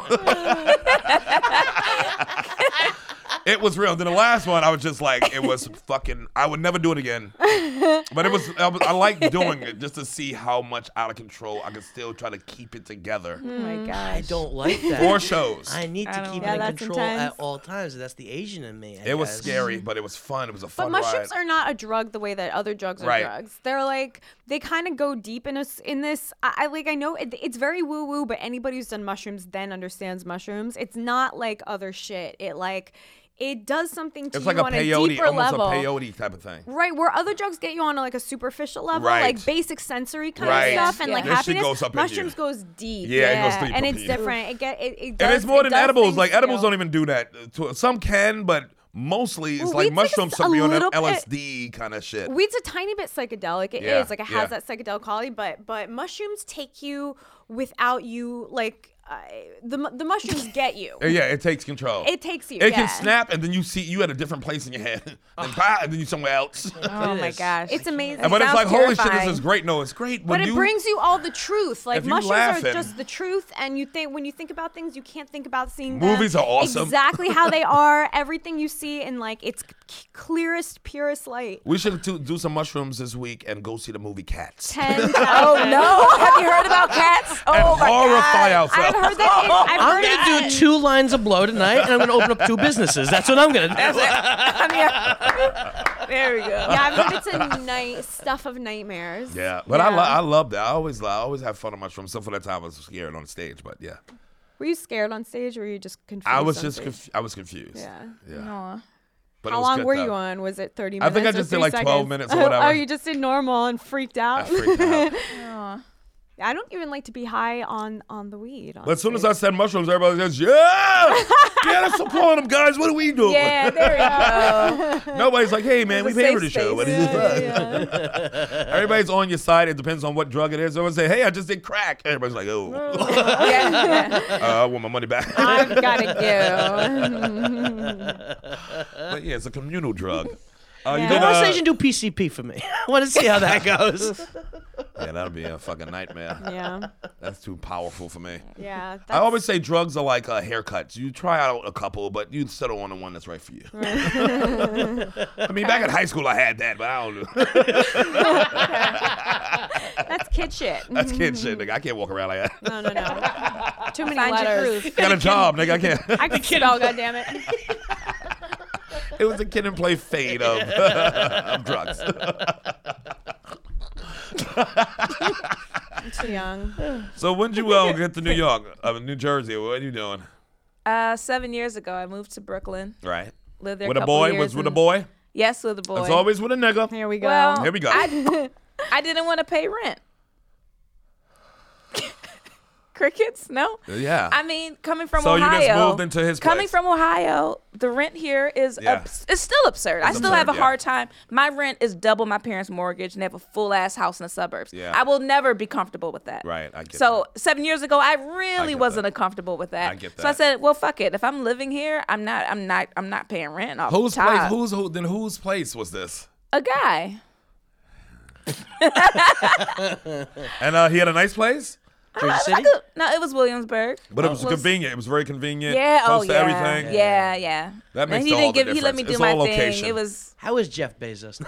Speaker 6: it was real. Then the last one, I was just like, it was fucking. I would never do it again. But it was. I, was, I like doing it just to see how much out of control I could still try to keep it together.
Speaker 8: oh my gosh.
Speaker 9: Mm, I don't like that.
Speaker 6: Four shows.
Speaker 9: I need to
Speaker 8: don't
Speaker 9: keep
Speaker 8: know.
Speaker 9: it
Speaker 7: Yeah,
Speaker 9: in
Speaker 7: that's
Speaker 9: control
Speaker 7: intense.
Speaker 9: at all times. That's the Asian in me. I
Speaker 6: It was
Speaker 9: guess.
Speaker 6: scary, but it was fun. It was a
Speaker 7: But
Speaker 6: fun
Speaker 7: mushrooms
Speaker 6: ride.
Speaker 7: are not a drug the way that other drugs are
Speaker 6: Right.
Speaker 7: drugs. They're like they kind of go deep in us in this. I, I like I know it, it's very woo woo, but anybody who's done mushrooms then understands mushrooms. It's not like other shit. It like it does something to
Speaker 6: it's
Speaker 7: you
Speaker 6: like a
Speaker 7: on a
Speaker 6: peyote,
Speaker 7: deeper
Speaker 6: almost
Speaker 7: level.
Speaker 6: a peyote type of thing.
Speaker 7: Right, where other drugs get you on like a superficial level,
Speaker 6: Right.
Speaker 7: like basic sensory kind
Speaker 6: Right.
Speaker 7: of stuff, and
Speaker 8: Yeah.
Speaker 7: like
Speaker 6: This shit
Speaker 7: happiness.
Speaker 6: goes up in you.
Speaker 7: mushrooms goes deep.
Speaker 6: Yeah, it goes deep up
Speaker 7: and it's
Speaker 6: in you.
Speaker 7: different. It get it. it does,
Speaker 6: And it's more
Speaker 7: it
Speaker 6: than
Speaker 7: does
Speaker 6: edibles.
Speaker 7: things
Speaker 6: Like
Speaker 7: to
Speaker 6: edibles
Speaker 7: you.
Speaker 6: don't even do that. uh, to- Some can, but mostly it's
Speaker 7: Well,
Speaker 6: like
Speaker 7: weed's like a
Speaker 6: mushrooms
Speaker 7: s-
Speaker 6: took
Speaker 7: a
Speaker 6: me on that
Speaker 7: little bit-
Speaker 6: LSD kind of shit.
Speaker 7: Weed's a tiny bit psychedelic. It is
Speaker 6: Yeah,
Speaker 7: like it
Speaker 6: yeah.
Speaker 7: has that psychedelic quality, but but mushrooms take you without you like uh, the mu- the mushrooms get you.
Speaker 6: Uh, Yeah, it takes control.
Speaker 7: It takes you,
Speaker 6: It
Speaker 7: yeah.
Speaker 6: can snap, and then you see you at a different place in your head, and, bah, and then you somewhere else.
Speaker 8: Oh my gosh.
Speaker 7: It's amazing.
Speaker 6: but it's
Speaker 7: Sounds
Speaker 6: like, holy shit,
Speaker 7: terrifying.
Speaker 6: this is great. No, it's great.
Speaker 7: But
Speaker 6: when
Speaker 7: it
Speaker 6: you,
Speaker 7: brings you all the truth. Like
Speaker 6: If you
Speaker 7: mushrooms
Speaker 6: laughing-
Speaker 7: are just the truth, and you think when you think about things, you can't think about seeing
Speaker 6: Movies
Speaker 7: them
Speaker 6: are awesome.
Speaker 7: Exactly how they are. Everything you see in like its c- clearest, purest light.
Speaker 6: We should do, do some mushrooms this week and go see the movie Cats.
Speaker 7: Ten.
Speaker 8: Oh no! Have you heard about cats? Oh my
Speaker 6: Horrify
Speaker 7: I've
Speaker 8: god!
Speaker 6: ourselves.
Speaker 7: heard that. it- I've
Speaker 9: I'm
Speaker 7: heard
Speaker 9: gonna do two lines of blow tonight, and I'm gonna open up two businesses. That's what I'm gonna do.
Speaker 8: I mean, there we go.
Speaker 7: Yeah, I've heard it's a night stuff of nightmares.
Speaker 6: Yeah, but I, lo- I love that. I always, I always have fun on mushrooms. Except for that time I was scared on stage, but yeah,
Speaker 7: Were you scared on stage, or were you just confused?
Speaker 6: I was
Speaker 7: on
Speaker 6: just,
Speaker 7: stage?
Speaker 6: conf- I was confused.
Speaker 7: Yeah.
Speaker 6: yeah.
Speaker 8: Aw.
Speaker 6: But it
Speaker 7: How
Speaker 6: was
Speaker 7: long
Speaker 6: good
Speaker 7: were
Speaker 6: though.
Speaker 7: you on? Was it 30
Speaker 6: I
Speaker 7: minutes?
Speaker 6: think I
Speaker 7: or
Speaker 6: just did,
Speaker 7: three
Speaker 6: like, 12
Speaker 7: seconds?
Speaker 6: minutes or whatever.
Speaker 7: oh, you just did normal and freaked
Speaker 6: I
Speaker 7: out?
Speaker 6: freaked out.
Speaker 7: I don't even like to be high on, on the weed.
Speaker 6: But as soon as I
Speaker 7: honestly.
Speaker 6: said mushrooms, everybody says, "Yeah, yeah, that's supporting them, guys. What are we doing?"
Speaker 8: Yeah, there we go.
Speaker 6: Nobody's like, "Hey, man, we
Speaker 8: It's a
Speaker 6: paid for the
Speaker 8: safe
Speaker 6: show." What is
Speaker 8: space.
Speaker 6: this?
Speaker 7: Yeah, yeah.
Speaker 6: Everybody's on your side. It depends on what drug it is. Someone say, "Hey, I just did crack." Everybody's like, "Oh,
Speaker 8: Yeah,
Speaker 7: Oh.
Speaker 6: uh, I want my money back."
Speaker 7: I've got to go.
Speaker 6: but yeah, it's a communal drug. Uh, you
Speaker 7: Yeah.
Speaker 6: did,
Speaker 9: I want
Speaker 6: uh,
Speaker 9: Station do PCP for me. I want to see how that goes.
Speaker 6: yeah, that'll be a fucking nightmare.
Speaker 7: Yeah.
Speaker 6: That's too powerful for me.
Speaker 7: Yeah. That's,
Speaker 6: I always say drugs are like uh, haircuts. You try out a couple, but you settle on the one that's right for you. I mean, back in high school, I had that, but I don't know.
Speaker 7: that's kid shit.
Speaker 6: That's kid shit, nigga. I can't walk around like that.
Speaker 7: No, no, no. Too many
Speaker 8: Find your
Speaker 7: letters.
Speaker 8: groove.
Speaker 6: I got a job, nigga. I can't.
Speaker 7: I can spell, goddammit.
Speaker 6: It was a kid and play fade of, of drugs.
Speaker 7: I'm too young.
Speaker 6: So when did you uh, get to New York, uh, New Jersey? What are you doing?
Speaker 8: Uh, seven years ago, I moved to Brooklyn.
Speaker 6: Right.
Speaker 8: Lived there
Speaker 6: with a
Speaker 8: couple
Speaker 6: boy?
Speaker 8: years
Speaker 6: Was with a
Speaker 8: and-
Speaker 6: boy?
Speaker 8: Yes, with a boy.
Speaker 6: It's always with a nigga.
Speaker 7: Here we go.
Speaker 8: Well,
Speaker 6: Here we go.
Speaker 8: I, I didn't want to pay rent. Crickets? No.
Speaker 6: Uh, yeah.
Speaker 8: I mean, coming from
Speaker 6: So you
Speaker 8: Ohio.
Speaker 6: just moved into his
Speaker 8: Coming
Speaker 6: place.
Speaker 8: from Ohio, the rent here is
Speaker 6: Yeah.
Speaker 8: abs- it's still absurd. I still
Speaker 6: absurd,
Speaker 8: have a
Speaker 6: yeah.
Speaker 8: hard time. My rent is double my parents' mortgage, and they have a full ass house in the suburbs.
Speaker 6: Yeah.
Speaker 8: I will never be comfortable with that.
Speaker 6: Right, I get
Speaker 8: so seven years ago, I really
Speaker 6: get
Speaker 8: wasn't
Speaker 6: that.
Speaker 8: comfortable with that.
Speaker 6: I get
Speaker 8: So I
Speaker 6: that.
Speaker 8: said, well, fuck it. If I'm living here, I'm not. I'm not. I'm not paying rent off.
Speaker 6: whose
Speaker 8: top.
Speaker 6: place? Who's who? Then whose place was this?
Speaker 8: a guy?
Speaker 6: And uh, he had a nice place,
Speaker 9: Jersey City.
Speaker 8: No, it was Williamsburg.
Speaker 6: but it Uh, was
Speaker 8: Well,
Speaker 6: convenient. It was very convenient.
Speaker 8: Yeah.
Speaker 6: Close
Speaker 8: oh
Speaker 6: to
Speaker 8: yeah.
Speaker 6: everything.
Speaker 8: Yeah, yeah.
Speaker 6: That
Speaker 8: And
Speaker 6: makes
Speaker 8: he
Speaker 6: all
Speaker 8: didn't
Speaker 6: the
Speaker 8: give. He let me do
Speaker 6: difference.
Speaker 8: my
Speaker 6: It's all
Speaker 8: thing.
Speaker 6: location.
Speaker 8: It was
Speaker 9: How is Jeff Bezos?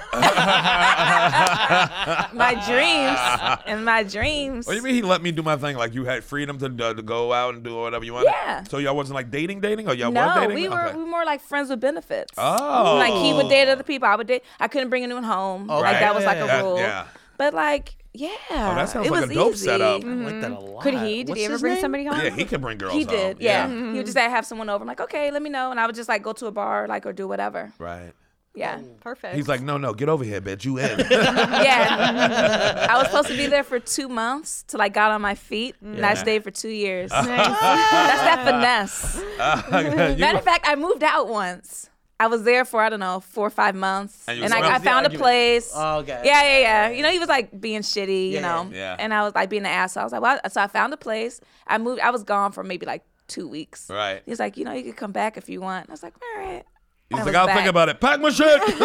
Speaker 8: my dreams and my dreams.
Speaker 6: What do Oh, you mean he let me do my thing? Like you had freedom to, uh, to go out and do whatever you wanted.
Speaker 8: Yeah.
Speaker 6: So y'all wasn't like dating, dating, or y'all
Speaker 8: No,
Speaker 6: were dating?
Speaker 8: we were
Speaker 6: Okay.
Speaker 8: we were more like friends with benefits.
Speaker 6: Oh.
Speaker 8: Like he would date other people. I would date. I couldn't bring anyone home. Like
Speaker 6: Right.
Speaker 8: that was like
Speaker 6: That-
Speaker 8: a rule.
Speaker 6: yeah.
Speaker 8: But like, yeah.
Speaker 6: Oh, that sounds
Speaker 8: it
Speaker 6: like
Speaker 8: was
Speaker 6: a dope
Speaker 8: easy. Mm-hmm.
Speaker 6: setup.
Speaker 9: I like that a lot.
Speaker 7: Could he? Did
Speaker 9: What's
Speaker 7: he ever
Speaker 9: his
Speaker 7: bring
Speaker 9: name?
Speaker 7: somebody home?
Speaker 6: Yeah, he could bring girls
Speaker 8: He
Speaker 6: home.
Speaker 8: did. Yeah. He would just like, have someone over. I'm like, okay, let me know, and I would just like go to a bar, like or do whatever.
Speaker 6: Right.
Speaker 8: Yeah.
Speaker 7: Perfect.
Speaker 6: He's like, no, no, get over here, bitch. You in.
Speaker 8: Yeah. I was supposed to be there for two months till I got on my feet, and I
Speaker 6: Yeah.
Speaker 8: stayed for two years.
Speaker 7: Nice.
Speaker 8: That's that finesse.
Speaker 6: You-
Speaker 8: Matter of fact, I moved out once. I was there for I don't know four or five months,
Speaker 6: And
Speaker 8: and,
Speaker 6: you was
Speaker 8: I, I
Speaker 6: around-
Speaker 8: found a
Speaker 9: Yeah, you-
Speaker 8: place.
Speaker 9: Oh, okay.
Speaker 8: Yeah, yeah, yeah. You know, he was like being shitty.
Speaker 9: Yeah,
Speaker 8: you know,
Speaker 9: yeah,
Speaker 6: yeah.
Speaker 8: And I was like being an ass. So I was like, well, I- so I found a place. I moved. I was gone for maybe like two weeks.
Speaker 6: Right.
Speaker 8: He's like, you know, you could come back if you want. And I was like, all right.
Speaker 6: He's
Speaker 8: I
Speaker 6: like,
Speaker 8: was
Speaker 6: I'll
Speaker 8: back.
Speaker 6: think about it. Pack my shit.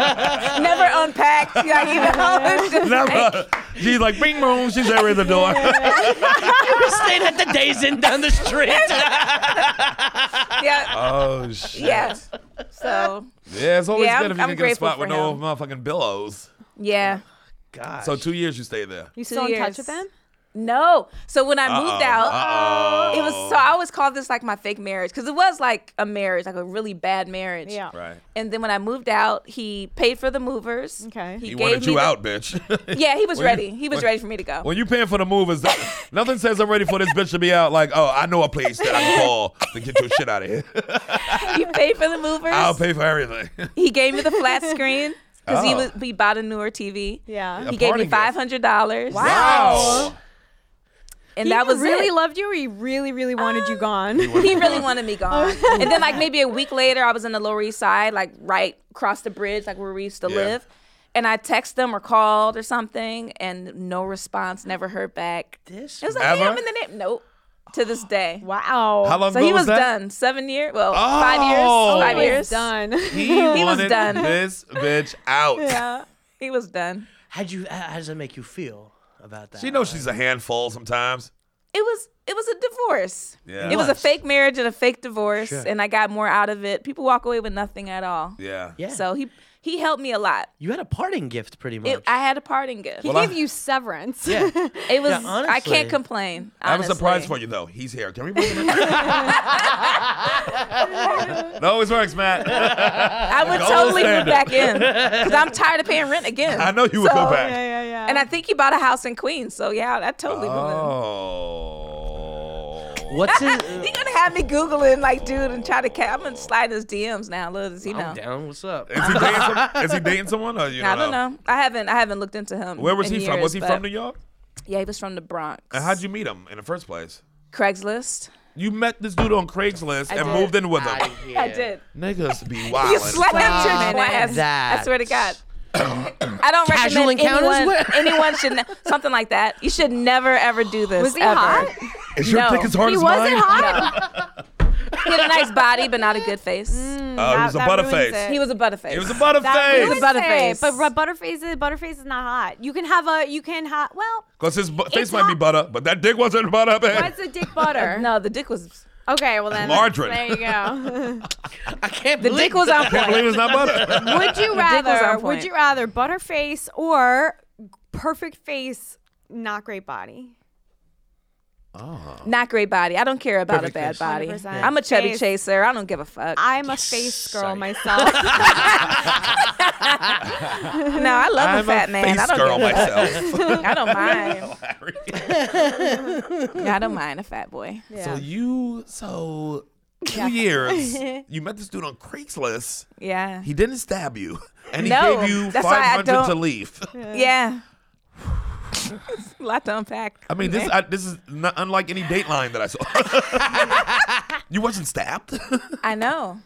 Speaker 8: Never unpacked. Like, you know, it's just like-
Speaker 6: Never. She's like, bing boom. She's there at the door.
Speaker 9: We're staying at the Days Inn down the street.
Speaker 8: yeah,
Speaker 6: oh shit.
Speaker 8: yeah. So
Speaker 6: Yeah, it's always
Speaker 8: Yeah,
Speaker 6: good if you can
Speaker 8: I'm- I'm
Speaker 6: get a
Speaker 8: grateful
Speaker 6: spot with
Speaker 8: for
Speaker 6: no
Speaker 8: him. Oh,
Speaker 6: motherfucking billows.
Speaker 8: yeah.
Speaker 9: Gosh.
Speaker 6: So two years you stay there.
Speaker 7: You
Speaker 8: Two
Speaker 7: still in touch
Speaker 8: years.
Speaker 7: with him?
Speaker 8: No. So when I moved out,
Speaker 6: Uh-oh.
Speaker 8: it was so I always called this like my fake marriage because it was like a marriage, like a really bad marriage.
Speaker 7: Yeah.
Speaker 6: Right.
Speaker 8: And then when I moved out, he paid for the movers.
Speaker 7: Okay.
Speaker 6: He
Speaker 8: gave
Speaker 6: wanted
Speaker 8: me
Speaker 6: you
Speaker 8: the-
Speaker 6: out, bitch.
Speaker 8: Yeah, he was
Speaker 6: When you-
Speaker 8: ready. He was
Speaker 6: when-
Speaker 8: ready for me to go.
Speaker 6: when you paying for the movers, that, nothing says I'm ready for this bitch to be out. Like, oh, I know a place that I can call to get your shit out of here.
Speaker 8: he paid for the movers.
Speaker 6: I'll pay for everything.
Speaker 8: He gave me the flat screen because he
Speaker 6: Oh.
Speaker 8: was he bought a newer TV.
Speaker 7: Yeah.
Speaker 8: He gave
Speaker 6: party
Speaker 8: me
Speaker 6: gift.
Speaker 8: five hundred dollars.
Speaker 6: Wow.
Speaker 8: And
Speaker 7: He
Speaker 8: that was
Speaker 7: really
Speaker 8: it.
Speaker 7: loved you or he really, really wanted you gone?
Speaker 8: he really wanted me gone.
Speaker 7: Oh,
Speaker 8: and then like maybe a week later, I was in the Lower East Side, like right across the bridge, like where we used to
Speaker 6: Yeah.
Speaker 8: live. And I texted them or called or something, and no response, never heard back.
Speaker 9: This
Speaker 8: It was like,
Speaker 6: Ever?
Speaker 8: hey, I'm in the neighborhood. Nope. to this day.
Speaker 7: Wow.
Speaker 6: How long
Speaker 8: So
Speaker 6: ago
Speaker 8: he
Speaker 6: was
Speaker 8: was,
Speaker 6: that?
Speaker 8: done. Seven years. Well, five years.
Speaker 6: Oh.
Speaker 8: Five
Speaker 7: He was
Speaker 8: years.
Speaker 7: done.
Speaker 6: He,
Speaker 8: was
Speaker 6: wanted
Speaker 8: done.
Speaker 6: this bitch out.
Speaker 8: Yeah. He was done.
Speaker 9: How'd you? How does that make you feel about that?
Speaker 6: She knows she's a handful sometimes.
Speaker 8: It was it was a divorce.
Speaker 6: Yeah.
Speaker 8: It was a
Speaker 9: Was.
Speaker 8: fake marriage and a fake divorce,
Speaker 9: Sure.
Speaker 8: and I got more out of it. People walk away with nothing at all.
Speaker 6: Yeah.
Speaker 9: Yeah.
Speaker 8: So he he helped me a lot.
Speaker 9: you had a parting gift, pretty much.
Speaker 8: It, I had a parting gift.
Speaker 7: He
Speaker 6: Well, I-
Speaker 7: gave you severance.
Speaker 9: yeah.
Speaker 8: it was
Speaker 9: Yeah,
Speaker 8: I can't
Speaker 9: honestly.
Speaker 8: complain.
Speaker 6: I have a surprise
Speaker 8: honestly.
Speaker 6: for you though. He's here. Can we bring him in? it always works, Matt.
Speaker 8: I would
Speaker 6: Gold
Speaker 8: totally move
Speaker 6: standard.
Speaker 8: back in because I'm tired of paying rent again.
Speaker 6: I know you would go
Speaker 8: So-
Speaker 6: back.
Speaker 7: Yeah, yeah, yeah.
Speaker 8: And I think he bought a house in Queens, so yeah, I totally oh.
Speaker 6: Oh.
Speaker 9: What's his?
Speaker 8: He gonna have me googling like, dude, and try to. Ca- I'm gonna slide his DMs now. Little does he know.
Speaker 9: I'm down. What's up?
Speaker 6: Is he dating, some, is he dating someone? Or you
Speaker 8: I don't know. I haven't. I haven't looked into him.
Speaker 6: Where was
Speaker 8: in
Speaker 6: he from? Was he
Speaker 8: years,
Speaker 6: from New
Speaker 8: but-
Speaker 6: York?
Speaker 8: Yeah, he was from the Bronx.
Speaker 6: And how'd you meet him in the first place?
Speaker 8: Craigslist.
Speaker 6: You met this dude on Craigslist and
Speaker 8: did.
Speaker 6: moved in with him.
Speaker 8: I did.
Speaker 6: Niggas be
Speaker 8: You
Speaker 6: wild.
Speaker 8: slapped your ass.
Speaker 9: that.
Speaker 8: I swear to God. I don't
Speaker 9: Casual
Speaker 8: recommend
Speaker 9: encounters?
Speaker 8: anyone.
Speaker 9: What?
Speaker 8: anyone should ne- something like that. You should never ever do this.
Speaker 7: Was he
Speaker 8: ever.
Speaker 7: hot?
Speaker 6: Is your
Speaker 8: No.
Speaker 6: dick as hard
Speaker 7: He
Speaker 6: as
Speaker 7: wasn't
Speaker 6: mine?
Speaker 7: hot.
Speaker 8: He had a nice body, but not a good face.
Speaker 7: Mm.
Speaker 6: Oh, he was a
Speaker 7: That- that ruins
Speaker 6: butterface.
Speaker 7: it.
Speaker 8: He was a butterface.
Speaker 6: He was a
Speaker 7: That
Speaker 8: He
Speaker 6: butterface.
Speaker 7: ruins
Speaker 8: was a
Speaker 7: it,
Speaker 8: butterface.
Speaker 7: But ru- butterface is butterface is not hot. You can have a you can have well.
Speaker 6: Because his bu- face
Speaker 7: It's
Speaker 6: might be
Speaker 7: hot.
Speaker 6: butter, but that dick wasn't butter, babe.
Speaker 7: What's a dick butter?
Speaker 8: no, the dick was
Speaker 7: Okay, well then.
Speaker 6: Margarine.
Speaker 7: There you go.
Speaker 9: I can't
Speaker 8: the
Speaker 9: believe
Speaker 8: dick was on
Speaker 6: Can't
Speaker 8: point.
Speaker 6: believe it's not butter.
Speaker 7: would you
Speaker 8: dick was
Speaker 7: rather?
Speaker 8: on
Speaker 7: Would
Speaker 8: point.
Speaker 7: you rather butterface or perfect face, not great body?
Speaker 8: Not great body. I don't care about
Speaker 9: Perfect
Speaker 8: a bad
Speaker 9: face.
Speaker 8: body.
Speaker 7: 100%.
Speaker 8: I'm a chubby
Speaker 7: Face.
Speaker 8: chaser. I don't give a fuck.
Speaker 7: I'm a face girl
Speaker 9: Sorry.
Speaker 7: myself.
Speaker 8: no, I love
Speaker 6: I'm
Speaker 8: a fat
Speaker 6: a
Speaker 8: man.
Speaker 6: face
Speaker 8: I don't
Speaker 6: girl
Speaker 8: give a fuck.
Speaker 6: myself.
Speaker 8: I don't mind. Yeah, I don't mind a fat boy.
Speaker 6: So you, so two years, you met this dude on Craigslist.
Speaker 8: Yeah.
Speaker 6: He didn't stab you, and
Speaker 8: No,
Speaker 6: he gave you
Speaker 8: that's why I
Speaker 6: 500 to
Speaker 8: don't-
Speaker 6: leave.
Speaker 8: Yeah. It's a lot to unpack.
Speaker 6: I mean, this I, this is not unlike any Dateline that I saw. you wasn't stabbed,
Speaker 8: I know.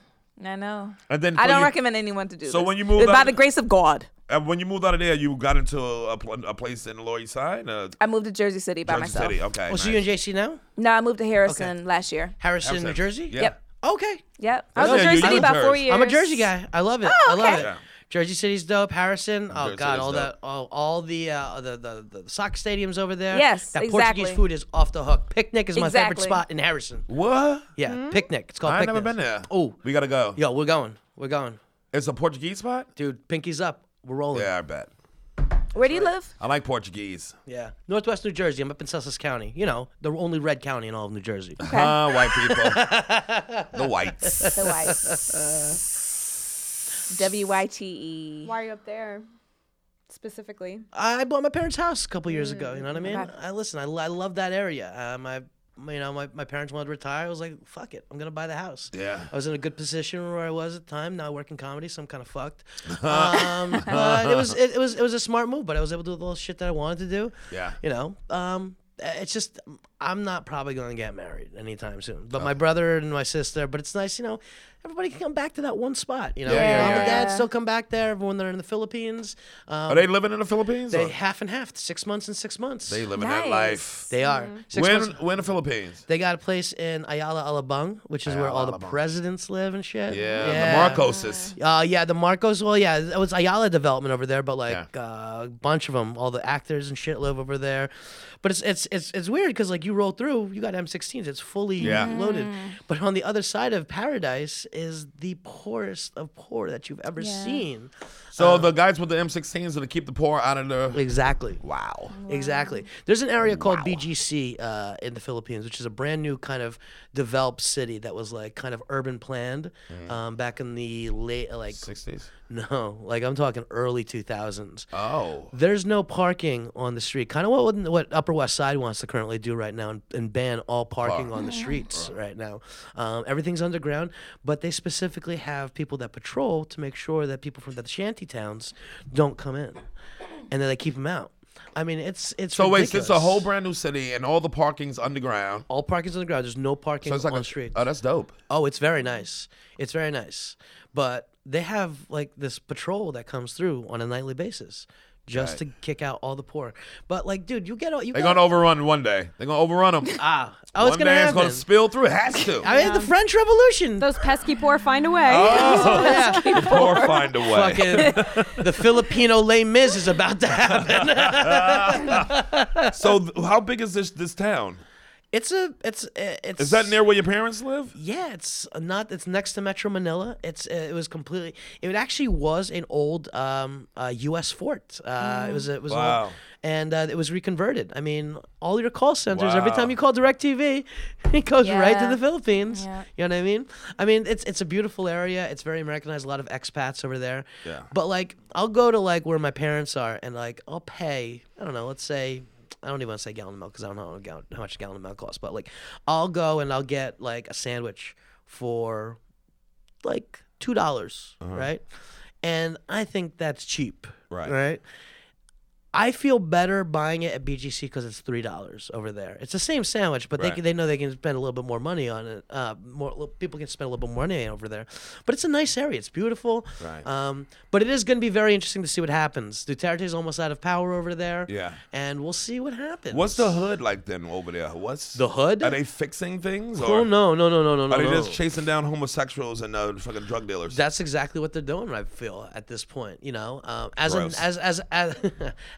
Speaker 8: I know.
Speaker 6: and then
Speaker 8: I
Speaker 6: so
Speaker 8: don't
Speaker 6: you-
Speaker 8: recommend anyone to do
Speaker 6: So
Speaker 8: this.
Speaker 6: when you moved
Speaker 8: by
Speaker 6: out-
Speaker 8: the grace of God,
Speaker 6: and when you moved out of there, you got into a, pl- a place in the Lower East Side, uh,
Speaker 8: I moved to Jersey City by
Speaker 6: Jersey
Speaker 8: myself.
Speaker 6: City. Okay,
Speaker 9: Well,
Speaker 6: nice.
Speaker 9: Oh, so you and JC now?
Speaker 8: No, I moved to Harrison last year.
Speaker 9: Harrison, New
Speaker 6: Upset.
Speaker 9: Jersey.
Speaker 6: Yeah.
Speaker 8: Yep.
Speaker 9: Okay.
Speaker 8: Yep. I was
Speaker 6: Yeah,
Speaker 8: in
Speaker 6: you-
Speaker 8: Jersey
Speaker 6: you
Speaker 8: City
Speaker 6: live
Speaker 8: about
Speaker 6: in
Speaker 8: four
Speaker 6: Jersey.
Speaker 8: years.
Speaker 9: I'm a Jersey guy. I love it. I
Speaker 8: Oh,
Speaker 9: love
Speaker 8: okay.
Speaker 9: it.
Speaker 6: Yeah.
Speaker 9: Jersey City's dope. Harrison. Oh
Speaker 6: Jersey
Speaker 9: God,
Speaker 6: City's
Speaker 9: all
Speaker 6: dope.
Speaker 9: the all, all the, uh, the the the soccer stadiums over there.
Speaker 8: Yes,
Speaker 9: that
Speaker 8: exactly.
Speaker 9: Portuguese food is off the hook. Picnic is my favorite
Speaker 8: Exactly. Mm-hmm.
Speaker 9: spot in Harrison.
Speaker 6: what?
Speaker 9: Yeah, picnic. It's called.
Speaker 6: I ain't
Speaker 9: picnic.
Speaker 6: never been there.
Speaker 9: Oh,
Speaker 6: we gotta go.
Speaker 9: yo, we're going. We're going,
Speaker 6: It's a Portuguese spot.
Speaker 9: dude. Pinkies up. We're rolling.
Speaker 6: Yeah, I bet.
Speaker 8: Where do you live?
Speaker 6: I like Portuguese.
Speaker 9: Yeah. Northwest New Jersey. I'm up in Sussex County. You know, the only red county in all of New Jersey.
Speaker 6: Huh, Uh, white people. the whites.
Speaker 8: The White. W Y T E.
Speaker 7: Why are you up there? Specifically,
Speaker 9: I bought my parents' house a couple years ago. You know what I mean? I listen. I, I love that area. Uh, my, my- you know, my, my parents wanted to retire. I was like, fuck it, I'm gonna buy the house.
Speaker 6: Yeah.
Speaker 9: I was in a good position where I was at the time. Now I work in comedy, so I'm kind of fucked. um, but it was it, it was it was a smart move. But I was able to do the little shit that I wanted to do.
Speaker 6: Yeah.
Speaker 9: You know. Um, it's just I'm not probably going to get married anytime soon. But
Speaker 6: Oh.
Speaker 9: my brother and my sister. But it's nice, you know. Everybody can come back to that one spot. You know,
Speaker 6: Yeah,
Speaker 9: mom
Speaker 6: yeah,
Speaker 9: and
Speaker 8: yeah.
Speaker 9: dad still come back there. Everyone that are in the Philippines. Um,
Speaker 6: Are they living in the Philippines?
Speaker 9: they
Speaker 6: or-
Speaker 9: half and half, six months and six months.
Speaker 6: Oh, They
Speaker 9: They,
Speaker 6: living that
Speaker 8: Nice.
Speaker 6: life.
Speaker 9: are. Six
Speaker 6: when
Speaker 9: months.
Speaker 6: when the Philippines?
Speaker 9: They got a place in Ayala Alabang, which is where all the presidents lives live and shit.
Speaker 6: Yeah, the Marcoses.
Speaker 9: Uh, yeah, the Marcos. Well, yeah, it was Ayala development over there, but like
Speaker 6: Yeah.
Speaker 9: uh, a bunch of them, all the actors and shit live over there. But it's it's it's, it's weird because like you roll through, you got M16s, it's fully
Speaker 6: Yeah.
Speaker 9: loaded. But on the other side of paradise is the poorest of poor that you've ever seen.
Speaker 6: So the guys with the M16s are to keep the poor out of the.
Speaker 9: Exactly.
Speaker 6: Wow.
Speaker 9: Exactly. There's an area called BGC uh, in the Philippines, which is a brand new kind of developed city that was like kind of urban planned
Speaker 6: Mm.
Speaker 9: um, back in the late, like,
Speaker 6: 60s.
Speaker 9: no, like I'm talking early 2000s.
Speaker 6: Oh.
Speaker 9: There's no parking on the street. Kind of what what Upper West Side wants to currently do right now and, and ban all parking on the streets right now. Um, everything's underground, but they specifically have people that patrol to make sure that people from the shanty towns don't come in, and then they keep them out. I mean, it's it's
Speaker 6: So wait,
Speaker 9: ridiculous.
Speaker 6: it's a whole brand new city and all the parking's underground.
Speaker 9: all parking's on the ground. There's no parking
Speaker 6: So it's like
Speaker 9: on
Speaker 6: a
Speaker 9: the street.
Speaker 6: Oh, that's dope.
Speaker 9: Oh, it's very nice. It's very nice. But they have like this patrol that comes through on a nightly basis just to kick out all the poor. But like, dude, you get all you.
Speaker 6: They're
Speaker 9: got-
Speaker 6: gonna overrun one day. They're gonna overrun them.
Speaker 9: ah, oh, it's
Speaker 6: one
Speaker 9: gonna
Speaker 6: day it's
Speaker 9: happen.
Speaker 6: gonna spill through. It has to.
Speaker 9: I mean, the French Revolution.
Speaker 7: Those pesky poor find a way.
Speaker 6: Oh.
Speaker 9: yeah.
Speaker 6: or find a way.
Speaker 9: Fucking the Filipino Les Mis is about to happen.
Speaker 6: So th- how big is this this town?
Speaker 9: It's a it's eh, it's
Speaker 6: Is that near where your parents live?
Speaker 9: Yeah, it's not. It's next to Metro Manila. It's uh, it was completely. It actually was an old um, uh, U.S. fort. Uh, It was it was an old-
Speaker 6: Wow.
Speaker 9: and uh, it was reconverted. I mean, all your call centers. Every
Speaker 6: Wow.
Speaker 9: time you call Directv, it goes right to
Speaker 8: Yeah.
Speaker 9: the Philippines.
Speaker 8: Yeah.
Speaker 9: You know what I mean? I mean, it's it's a beautiful area. It's very Americanized. A lot of expats over there.
Speaker 6: Yeah.
Speaker 9: But like, I'll go to like where my parents are, and like I'll pay. I don't know. Let's say. I don't even want to say gallon of milk because I don't know how, a gallon, how much a gallon of milk costs. But like, I'll go and I'll get like a sandwich for like two dollars, right? And I think that's cheap,
Speaker 6: Right.
Speaker 9: Right. I feel better buying it at BGC because it's three dollars over there. It's the same sandwich, but
Speaker 6: Right.
Speaker 9: they they know they can spend a little bit more money on it. Uh, more li- people can spend a little bit more money over there, but it's a nice area. It's beautiful.
Speaker 6: Right.
Speaker 9: Um, but it is going to be very interesting to see what happens. Duterte's almost out of power over there.
Speaker 6: Yeah.
Speaker 9: And we'll see what happens.
Speaker 6: What's the hood like then over there? What's
Speaker 9: The hood?
Speaker 6: Are they fixing things?
Speaker 9: Oh
Speaker 6: or
Speaker 9: no no no no no no.
Speaker 6: Are they
Speaker 9: no.
Speaker 6: just chasing down homosexuals and uh, fucking drug dealers?
Speaker 9: That's exactly what they're doing. I feel at this point, you know, um, as an
Speaker 6: Gross.
Speaker 9: as as as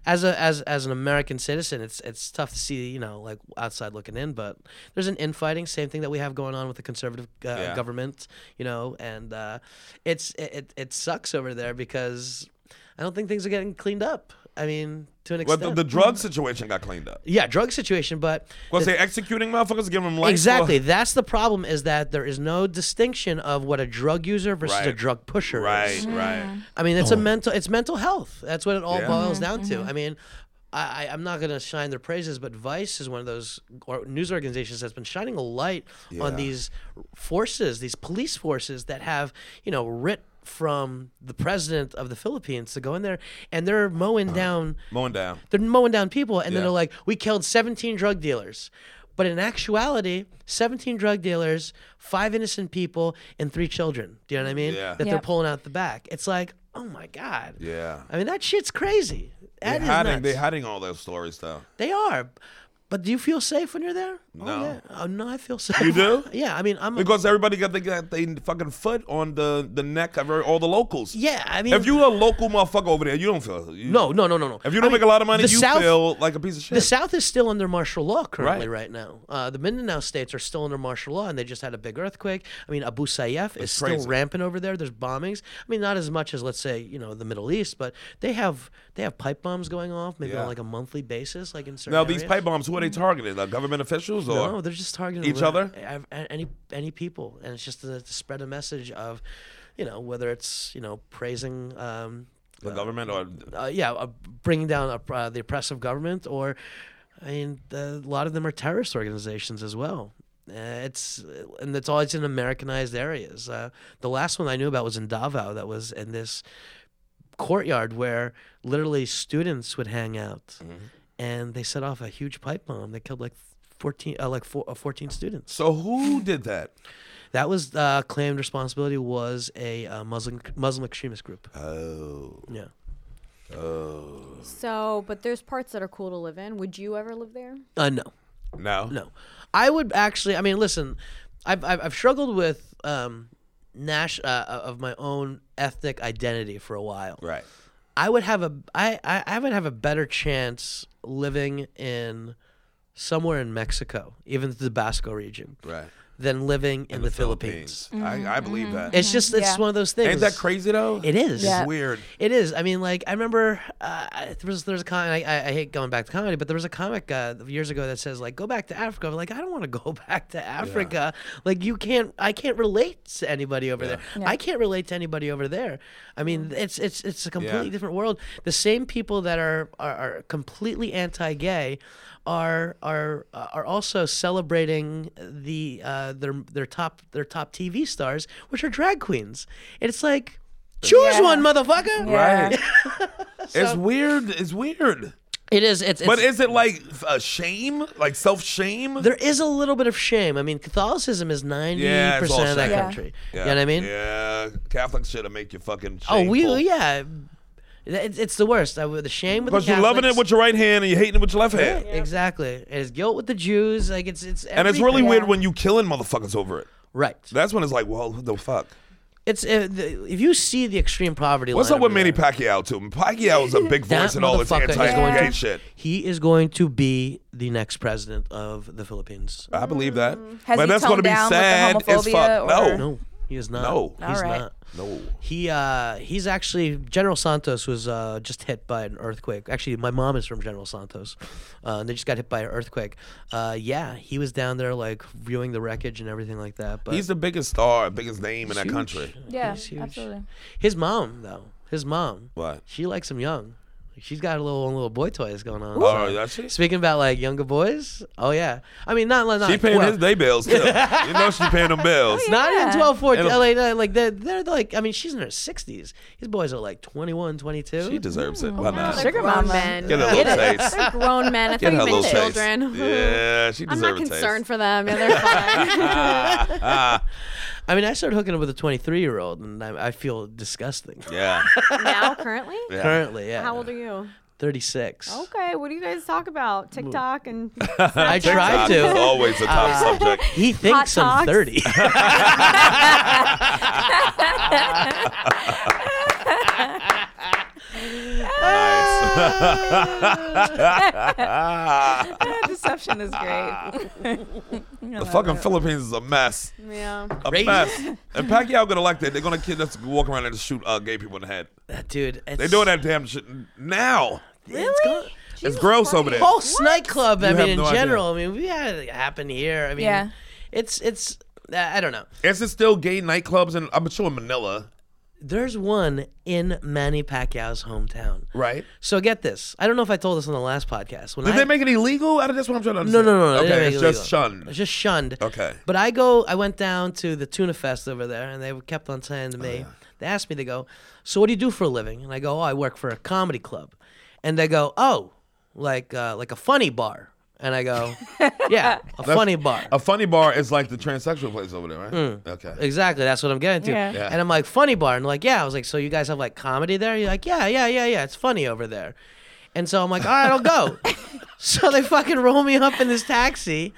Speaker 9: as, a, as as an American citizen, it's it's tough to see, you know, like outside looking in. But there's an infighting, same thing that we have going on with the conservative uh,
Speaker 6: Yeah.
Speaker 9: government, you know, and uh, it's it, it it sucks over there because I don't think things are getting cleaned up. I mean, to an
Speaker 6: But
Speaker 9: extent,
Speaker 6: the, the drug situation got cleaned up.
Speaker 9: yeah, drug situation, but
Speaker 6: Was they executing motherfuckers, giving them life?
Speaker 9: exactly that's the problem is that there is no distinction of what a drug user versus a
Speaker 6: Right.
Speaker 9: drug pusher
Speaker 6: Right,
Speaker 9: is.
Speaker 6: right.
Speaker 9: I mean, it's a mental, it's mental health. That's what it all
Speaker 6: Yeah.
Speaker 9: boils down to. I mean, I, I- I'm not going to shine their praises, but Vice is one of those or news organizations that's been shining a light on
Speaker 6: Yeah.
Speaker 9: these forces, these police forces that have, you know, writ from the president of the Philippines to go in there and they're mowing
Speaker 6: Uh-huh.
Speaker 9: down
Speaker 6: Mowing down.
Speaker 9: they're mowing down people and then
Speaker 6: Yeah.
Speaker 9: they're like we killed 17 drug dealers but in actuality 17 drug dealers five innocent people and three children do you know what i mean
Speaker 6: Yeah.
Speaker 9: that they're
Speaker 8: Yep.
Speaker 9: pulling out the back it's like oh my god
Speaker 6: Yeah.
Speaker 9: i mean that shit's crazy
Speaker 6: They're
Speaker 9: That is
Speaker 6: hiding,
Speaker 9: nuts.
Speaker 6: they hiding all those stories though.
Speaker 9: They are but do you feel safe when you're there
Speaker 6: No.
Speaker 9: oh, yeah. oh no i feel safe
Speaker 6: You do?
Speaker 9: yeah i mean i'm
Speaker 6: Because everybody got they got they fucking foot on the, the neck of every- all the locals.
Speaker 9: yeah i mean
Speaker 6: If you a local motherfucker over there, you don't feel. You,
Speaker 9: no no no no no
Speaker 6: If you don't
Speaker 9: I mean,
Speaker 6: make a lot of money,
Speaker 9: the
Speaker 6: you
Speaker 9: South-
Speaker 6: feel like a piece of shit.
Speaker 9: The South is still under martial law currently,
Speaker 6: Right.
Speaker 9: right, now. Uh, the Mindanao states are still under martial law, and they just had a big earthquake. I mean, Abu Sayyaf is
Speaker 6: crazy.
Speaker 9: still rampant over there. There's bombings. I mean, not as much as let's say you know the Middle East, but they have they have pipe bombs going off maybe
Speaker 6: Yeah.
Speaker 9: on like a monthly basis, like in certain.
Speaker 6: now these
Speaker 9: areas.
Speaker 6: pipe bombs, who are they targeting? The government officials or
Speaker 9: No, they're just targeting
Speaker 6: each
Speaker 9: li-
Speaker 6: other?
Speaker 9: ev- a- any any people, and it's just to, to spread a message of, you know, whether it's you know praising. Um,
Speaker 6: the government or
Speaker 9: uh, yeah, uh, bringing down a, uh, the oppressive government, or I mean, the, a lot of them are terrorist organizations as well. Uh, it's and it's always in Americanized areas. Uh, the last one I knew about was in Davao. That was in this courtyard where literally students would hang out,
Speaker 6: Mm-hmm.
Speaker 9: and they set off a huge pipe bomb. They killed like. 14 uh, like four, uh, 14 students
Speaker 6: So who did that?
Speaker 9: that was uh, claimed responsibility was a uh, muslim muslim extremist group
Speaker 6: Oh,
Speaker 9: yeah
Speaker 7: So, but there's parts that are cool to live in. Would you ever live there?
Speaker 9: uh no
Speaker 6: no,
Speaker 9: No, I would actually. I mean, listen, I've I've, I've struggled with um, Nash uh, of my own ethnic identity for a while.
Speaker 6: right?
Speaker 9: I would have a I, I I would have a better chance living in somewhere in Mexico, even the Tabasco region,
Speaker 6: Right.
Speaker 9: than living in, the, Philippines.
Speaker 6: I, I believe that.
Speaker 9: It's just it's
Speaker 8: Yeah.
Speaker 9: one of those things.
Speaker 6: Ain't that crazy though?
Speaker 9: It is.
Speaker 6: It's weird.
Speaker 9: It is. I mean, like I remember uh, I- there was there's a comic. I, I hate going back to comedy, but there was a comic uh, years ago that says like go back to Africa. I'm like I don't want to go back to Africa. Like you can't. I can't relate to anybody over there. I can't relate to anybody over there. I mean, it's it's it's a completely different world. The same people that are are, are completely anti-gay are are uh, are also celebrating the uh, their their top their top TV stars, which are drag queens. And it's like. Choose one, motherfucker.
Speaker 6: Right. it's weird. It's weird.
Speaker 9: It is. It's, it's
Speaker 6: But is it like a shame, like self shame?
Speaker 9: there is a little bit of shame. I mean, Catholicism is ninety
Speaker 6: Yeah, it's all
Speaker 9: percent of that
Speaker 6: shame.
Speaker 9: country. You know what I mean?
Speaker 6: Yeah, Catholics should make you fucking.
Speaker 9: oh,
Speaker 6: Shameful.
Speaker 9: we yeah. It's, it's the worst. I, the shame with the
Speaker 6: Because you're loving it
Speaker 9: Catholics.
Speaker 6: with your right hand and you're hating it with your left hand.
Speaker 9: Exactly. And it's guilt with the Jews. Like it's it's
Speaker 6: And it's really
Speaker 9: everything.
Speaker 6: weird when you killing motherfuckers over it.
Speaker 9: Right.
Speaker 6: That's when it's like, well, what the fuck?
Speaker 9: It's uh, the, if you see the extreme poverty.
Speaker 6: What's
Speaker 9: line
Speaker 6: up with
Speaker 9: everywhere,
Speaker 6: Manny Pacquiao too? Pacquiao is a big
Speaker 9: That
Speaker 6: voice in all this
Speaker 9: motherfucker is going
Speaker 6: anti-gay
Speaker 9: to-
Speaker 6: shit.
Speaker 9: He is going to be the next president of the Philippines.
Speaker 6: I believe that.
Speaker 8: Mm. Has
Speaker 6: but
Speaker 8: he
Speaker 6: that's gonna
Speaker 8: toned
Speaker 6: be
Speaker 8: down with the
Speaker 6: sad as
Speaker 8: homophobia
Speaker 6: fuck.
Speaker 8: or-
Speaker 6: No.
Speaker 9: No, he is not.
Speaker 6: No.
Speaker 9: he's
Speaker 8: All right.
Speaker 9: not.
Speaker 6: No.
Speaker 9: He uh, he's actually General Santos was uh, just hit by an earthquake. Actually, my mom is from General Santos, uh, and they just got hit by an earthquake. Uh, yeah, he was down there like viewing the wreckage and everything like that. But
Speaker 6: He's the biggest star, biggest name in that country.
Speaker 8: Yeah,
Speaker 9: He's huge.
Speaker 8: absolutely.
Speaker 9: His mom though, his mom.
Speaker 6: What?
Speaker 9: She likes him young. She's got a little little boy toys going on.
Speaker 6: Oh, that's it?
Speaker 9: Speaking about like younger boys, oh yeah. I mean, not not
Speaker 6: She paying
Speaker 9: well,
Speaker 6: his day bills too. you know she paying them bills.
Speaker 9: Not
Speaker 8: Yeah.
Speaker 9: in 12, 14,
Speaker 6: It'll-
Speaker 9: like, uh, like they're, they're like, I mean, she's in her 60s. These boys are like 21, 22.
Speaker 6: She deserves
Speaker 8: Oh,
Speaker 6: it. Why not?
Speaker 8: Sugar
Speaker 7: grown
Speaker 8: mama.
Speaker 7: men.
Speaker 6: Get a little taste.
Speaker 7: They're grown men. I
Speaker 6: Get
Speaker 7: thought
Speaker 6: her a
Speaker 7: you
Speaker 6: little
Speaker 7: meant
Speaker 6: taste.
Speaker 7: children.
Speaker 6: Yeah, she
Speaker 7: I'm
Speaker 6: deserves
Speaker 7: not
Speaker 6: a taste.
Speaker 7: concerned for them. Yeah, they're fine.
Speaker 9: I mean, I started hooking up with a 23 year old and I, I feel disgusting.
Speaker 6: Yeah.
Speaker 7: now, currently?
Speaker 6: Yeah.
Speaker 9: Currently, yeah.
Speaker 7: How old are you?
Speaker 9: 36.
Speaker 7: Okay, what do you guys talk about? TikTok and
Speaker 9: I tried
Speaker 6: God is
Speaker 9: to.
Speaker 6: always a
Speaker 8: Uh,
Speaker 6: top subject.
Speaker 9: He thinks I'm
Speaker 7: talks.
Speaker 9: 30.
Speaker 7: eh,
Speaker 8: Yeah, Deception is great.
Speaker 6: The fucking Philippines is a mess.
Speaker 7: yeah.
Speaker 6: A
Speaker 9: Crazy.
Speaker 6: mess. And Pacquiao gonna like that. They're gonna kid us walk around and shoot uh, gay people in the head.
Speaker 9: Dude, it's,
Speaker 6: They doing that damn shit now.
Speaker 9: It's gone.
Speaker 6: It's gross over there.
Speaker 9: Pulse nightclub, I
Speaker 6: You have
Speaker 9: mean, in
Speaker 6: no idea.
Speaker 9: general. I mean, we had it happen here. I mean,
Speaker 8: Yeah.
Speaker 9: it's, it's, I don't know.
Speaker 6: Is it still gay nightclubs? And I'm sure in Manila,
Speaker 9: There's one in Manny Pacquiao's hometown.
Speaker 6: right?
Speaker 9: So get this. I don't know if I told this on the last podcast. When
Speaker 6: Did
Speaker 9: I,
Speaker 6: they make it illegal? Out of this, what I'm trying to
Speaker 9: No,
Speaker 6: understand.
Speaker 9: no, no. no, they
Speaker 6: Okay,
Speaker 9: didn't
Speaker 6: it's
Speaker 9: make it
Speaker 6: just
Speaker 9: legal.
Speaker 6: shunned.
Speaker 9: It's just shunned.
Speaker 6: Okay.
Speaker 9: But I go. I went down to the tuna fest over there, and they kept on saying to
Speaker 6: Oh,
Speaker 9: me, they asked me, they go, "So what do you do for a living?" And I go, "Oh, I work for a comedy club," and they go, "Oh, like uh, like a funny bar." And I go, "Yeah, a funny bar."
Speaker 6: A funny bar is like the transsexual place over there, right?
Speaker 9: Mm.
Speaker 6: Okay.
Speaker 9: Exactly, that's what I'm getting to.
Speaker 8: Yeah.
Speaker 6: Yeah.
Speaker 9: And I'm like, funny bar. And like, yeah. I was like, so you guys have like comedy there? You're like, yeah, yeah, yeah, yeah. It's funny over there. And so I'm like, all right, I'll go. so they fucking roll me up in this taxi.